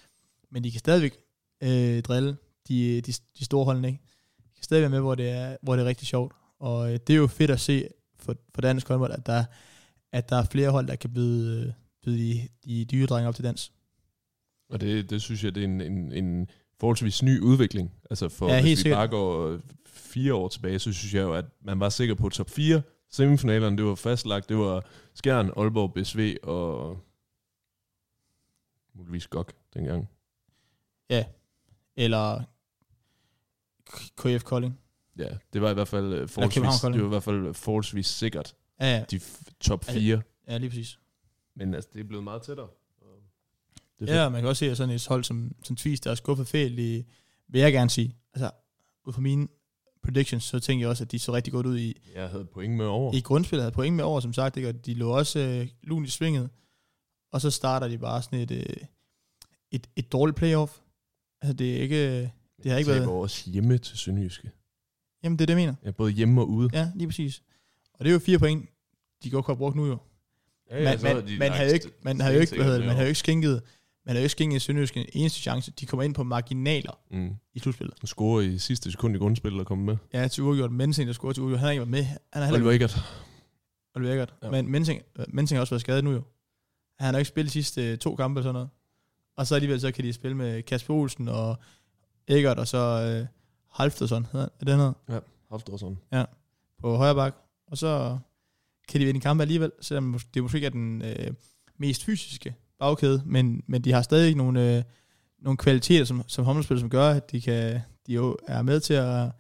Speaker 1: men de kan stadigvæk øh, drille de, de, de store holdene, ikke? De kan stadig være med, hvor det er, hvor det er rigtig sjovt. Og øh, det er jo fedt at se for, for dansk håndbold, at der, at der er flere hold, der kan byde, øh, byde de, de dyre drenge op til dans.
Speaker 2: Og det, det synes jeg, det er en, en, en forholdsvis ny udvikling. Altså for
Speaker 1: Ja,
Speaker 2: ja, hvis
Speaker 1: helt
Speaker 2: vi
Speaker 1: sikkert.
Speaker 2: bare går øh, fire år tilbage, så synes jeg jo, at man var sikker på top 4. Semifinalerne, det var fastlagt. Det var Skjern, Aalborg, BSV og muligvis Gok dengang.
Speaker 1: Eller K- KF Kolding.
Speaker 2: Ja, det var i hvert fald øh,
Speaker 1: København
Speaker 2: forholdsvis,
Speaker 1: Kolding.
Speaker 2: det var i hvert fald øh, forholdsvis sikkert.
Speaker 1: Ja, ja,
Speaker 2: De f- top
Speaker 1: Altså,
Speaker 2: 4.
Speaker 1: ja lige præcis.
Speaker 2: Men altså, det er blevet meget tættere. Og Det er
Speaker 1: Ja, og man kan også se, at sådan et hold som, som Twist, der er skuffet fejl i, vil jeg gerne sige. Altså, ud fra mine predictions, så tænker jeg også, at de så rigtig godt ud i,
Speaker 2: fedt. Jeg havde point med over.
Speaker 1: i grundspillet, havde point med over, som sagt, ikke? og de lå også øh, lunt i svinget, og så starter de bare sådan et, øh, et, et dårligt playoff. Altså, det er ikke... det har ikke
Speaker 2: Jeg
Speaker 1: været-
Speaker 2: taber også hjemme til Sønderjyske.
Speaker 1: Jamen, det er det, jeg mener.
Speaker 2: Ja, både hjemme og ude.
Speaker 1: Ja, lige præcis. Og det er jo fire point, de godt kunne have brugt nu jo.
Speaker 2: Ja,
Speaker 1: Man, man, man havde jo ikke, man havde jo ikke, hvad hedder det, man havde jo ikke skænket, man havde jo ikke skænket Sønderjysk en eneste chance. De kommer ind på marginaler
Speaker 2: Mm.
Speaker 1: i slutspillet.
Speaker 2: Score i sidste sekund i grundspillet og komme med.
Speaker 1: Ja, til uafgjort. Mensing, der scorede til uafgjort, han har ikke været med. Han har heller
Speaker 2: Oliver
Speaker 1: ikke
Speaker 2: Eggert.
Speaker 1: Oliver Eggert.
Speaker 2: Ja.
Speaker 1: Ja. Men Mensing, øh, Mensing har også været skadet nu jo. Han har ikke spillet de sidste øh, to kampe eller sådan noget. Og så alligevel så kan de spille med Kasper Olsen og Eggert og så øh, Halfterson, hedder han- er det han hedder,
Speaker 2: Hofdorsson.
Speaker 1: på højre bak. Og så kan de vinde en kamp alligevel, selvom mås- det måske ikke er den øh, mest fysiske bagkæde, men, men de har stadig nogle, øh, nogle kvaliteter som, som håndboldspiller, som gør, at de, kan, de jo er med til at,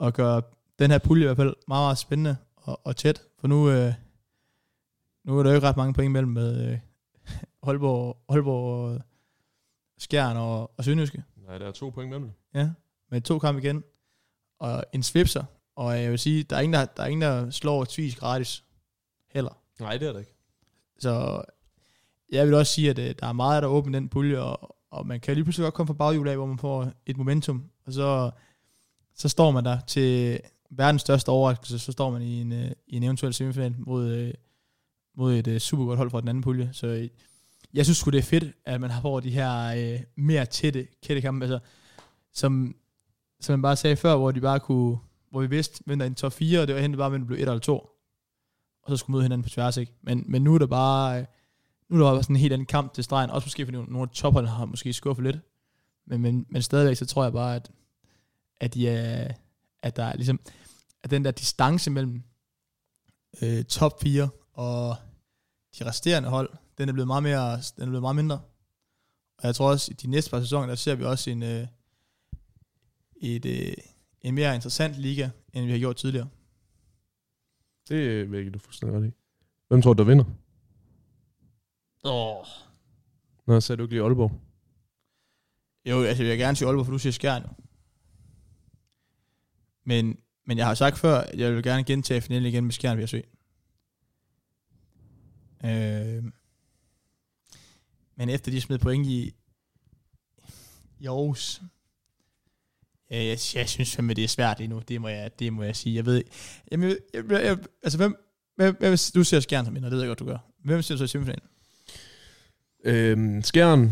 Speaker 1: at gøre den her pulje i hvert fald meget, meget spændende og, og tæt, for nu, øh, nu er der jo ikke ret mange point mellem med øh, Holborg, Holborg Skjern og, og Sønderjyske.
Speaker 2: Nej, der er to point mellem.
Speaker 1: Ja, med to kampe igen. Og en svipser. Og jeg vil sige, der er ingen, der, der, er ingen, der slår Tvis gratis heller.
Speaker 2: Nej, det er det ikke.
Speaker 1: Så jeg vil også sige, at øh, der er meget, der åbner den pulje, og, og man kan lige pludselig godt komme fra baghjul af, hvor man får et momentum, og så, så står man der til verdens største overraskelse, så står man i en, øh, i en eventuel semifinal mod, øh, mod et øh, super godt hold fra den anden pulje. Så øh, jeg synes sgu, det er fedt, at man har får de her øh, mere tætte, tætte kampe, altså, som, som man bare sagde før, hvor de bare kunne, hvor vi vidste, hvem der er i en top 4, og det var hente bare, hvem der blev 1 eller 2 og så skulle møde hinanden på tværs, ikke? Men, men nu er der bare øh, nu er der bare sådan en helt anden kamp til stregen, også måske fordi nogle af topperne har måske skuffet lidt, men, men, men stadigvæk så tror jeg bare, at, at, de er, at der er ligesom, at den der distance mellem øh, top 4 og de resterende hold, den er blevet meget, mere, den er blevet meget mindre. Og jeg tror også, at de næste par sæsoner, der ser vi også en, øh, et, øh, en mere interessant liga, end vi har gjort tidligere.
Speaker 2: Det øh, vil du fuldstændig ret i. Hvem tror du, der vinder?
Speaker 1: Åh, oh.
Speaker 2: Nå, sagde du ikke lige Aalborg?
Speaker 1: Jo, altså jeg vil gerne sige Aalborg, for du siger Skjern jo. Men, men jeg har sagt før, at jeg vil gerne gentage finalen igen med Skjern BSV. Øh, men efter de smed point i, i Aarhus, ja, jeg, jeg synes fandme, det er svært endnu. Det må jeg, det må jeg sige. Jeg ved ikke- Jamen, jeg, jeg, jeg, altså, hvem, hvem, hvem, du ser Skjern som vinder, det ved jeg godt, du gør. Hvem ser du så i semifinalen?
Speaker 2: Øhm, Skjern,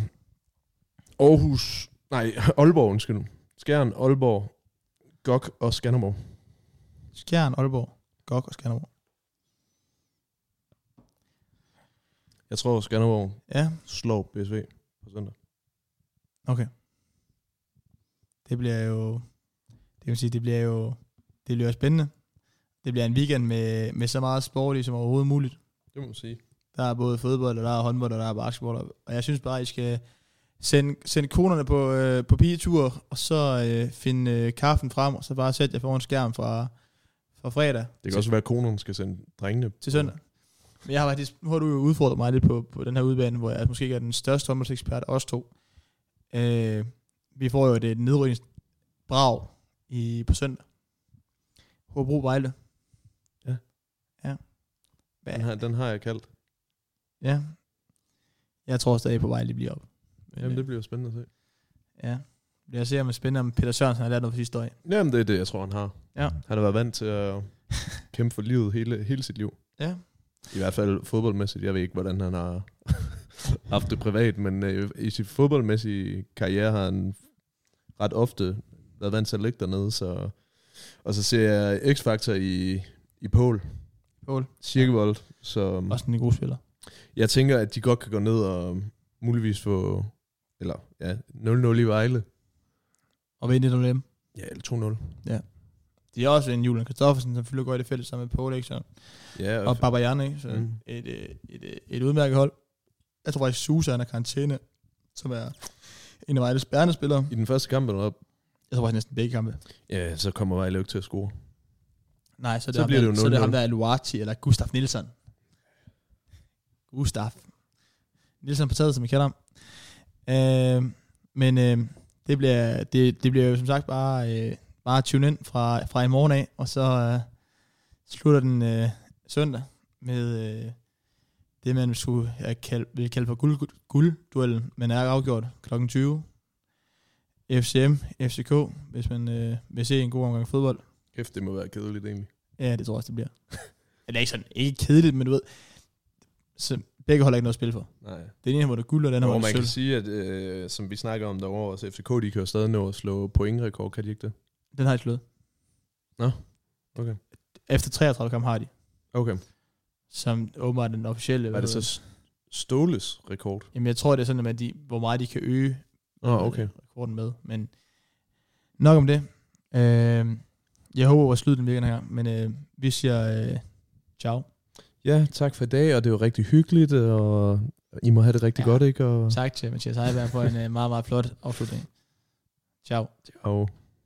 Speaker 2: Aarhus, nej, <laughs> Aalborg, undskyld. Skjern, Aalborg, Gok og Skanderborg.
Speaker 1: Skjern, Aalborg. Gok og Skanderborg.
Speaker 2: Jeg tror, Skanderborg
Speaker 1: Ja,
Speaker 2: slår BSV på søndag.
Speaker 1: det bliver jo... Det vil sige, det bliver jo... Det bliver jo spændende. Det bliver en weekend med, med så meget sport i som overhovedet muligt.
Speaker 2: Det må man sige.
Speaker 1: Der er både fodbold, og der er håndbold, og der er basketball. Og og jeg synes bare, I skal sende, sende konerne på, øh, på pigetur, og så øh, finde øh, kaffen frem, og så bare sætte jer foran skærm fra, fra fredag
Speaker 2: Det kan også være, at konerne skal sende drengene.
Speaker 1: til søndag. Men jeg har faktisk, nu har du jo udfordret mig lidt på, på den her udbane, hvor jeg måske ikke er den største håndboldekspert, os to. Øh, vi får jo det nedrykningsbrag i, på søndag. Hobro Vejle.
Speaker 2: Ja.
Speaker 1: Ja. Hvad,
Speaker 2: Den har, den har jeg kaldt.
Speaker 1: ja. Jeg tror stadig på Vejle bliver op. Men,
Speaker 2: Jamen,
Speaker 1: øh,
Speaker 2: det bliver spændende at se.
Speaker 1: Ja. Jeg ser med spændende, om Peter Sørensen har lært noget for sidste år. af.
Speaker 2: Jamen, det er det, jeg tror, han har.
Speaker 1: Ja.
Speaker 2: Han har været vant
Speaker 1: <laughs>
Speaker 2: til at kæmpe for livet hele, hele sit liv.
Speaker 1: Ja.
Speaker 2: I hvert fald fodboldmæssigt. Jeg ved ikke, hvordan han har <laughs> haft det privat, men øh, i sin fodboldmæssige karriere har han ret ofte været vant til at ligge dernede. Så, og så ser jeg X-Factor i, i Pol,
Speaker 1: Paul,
Speaker 2: Cirkevold. Så øhm,
Speaker 1: også en god spiller.
Speaker 2: jeg tænker, at de godt kan gå ned og muligvis få eller ja, 0-0 i Vejle.
Speaker 1: Og vinde lidt om dem.
Speaker 2: Ja, eller 2-0.
Speaker 1: De er også en Julian Kristoffersen, som fylder godt i det fælles sammen med Paul, ikke? Så
Speaker 2: Ja,
Speaker 1: og Baba Jane, så
Speaker 2: Mm.
Speaker 1: mm. et, øh, et, øh, et udmærket hold. Jeg tror faktisk, Susa han er karantæne, som er en af Vejles bærende spillere.
Speaker 2: i den første kamp, eller op,
Speaker 1: Jeg tror faktisk næsten begge kampe.
Speaker 2: ja, så kommer Vejle jo ikke til at score.
Speaker 1: Nej, så er det,
Speaker 2: Så
Speaker 1: ham,
Speaker 2: bliver
Speaker 1: der,
Speaker 2: det jo
Speaker 1: så er det
Speaker 2: 0-0.
Speaker 1: ham der er Luati, eller Gustaf Nielsen. Gustaf. Nielsen på taget, som vi kalder ham. Øh, men øh, det, bliver, det, det bliver jo som sagt bare, øh, bare tune ind fra, fra i morgen af, og så øh, slutter den øh, søndag med øh, det, man skulle have kaldt, ville kalde for guld, guldduellen, men er afgjort kl. 20. FCM, FCK, hvis man øh, vil se en god omgang fodbold.
Speaker 2: Kæft, det må være kedeligt egentlig.
Speaker 1: Ja, det tror jeg også, det bliver. <laughs> Eller ikke sådan, ikke kedeligt, men du ved, så begge holder ikke noget at spille for.
Speaker 2: Nej.
Speaker 1: Den ene har vundet guld, og den anden
Speaker 2: Nå,
Speaker 1: har
Speaker 2: man
Speaker 1: vundet
Speaker 2: kan
Speaker 1: sølv.
Speaker 2: sige, at øh, som vi snakker om derovre, så FCK, de kan jo stadig nå at slå pointrekord, kan de ikke det?
Speaker 1: Den har de slået.
Speaker 2: Nå, okay.
Speaker 1: Efter 33 kampe har de,
Speaker 2: Okay.
Speaker 1: som åbenbart er den officielle.
Speaker 2: Var
Speaker 1: hvad
Speaker 2: det
Speaker 1: du
Speaker 2: så
Speaker 1: ved.
Speaker 2: S- Ståles rekord?
Speaker 1: Jamen, jeg tror, det er sådan, at de, hvor meget de kan øge øh,
Speaker 2: Nå, oh, okay.
Speaker 1: rekorden med. Men nok om det. Øh, jeg håber, vores lyd den virker den her, men øh, vi siger øh, ciao.
Speaker 2: Ja, tak for i dag, og det var rigtig hyggeligt, og I må have det rigtig
Speaker 1: Ja.
Speaker 2: godt, ikke? Og,
Speaker 1: Tak til Mathias Heiberg for en øh, meget, meget flot afslutning. Ciao.
Speaker 2: og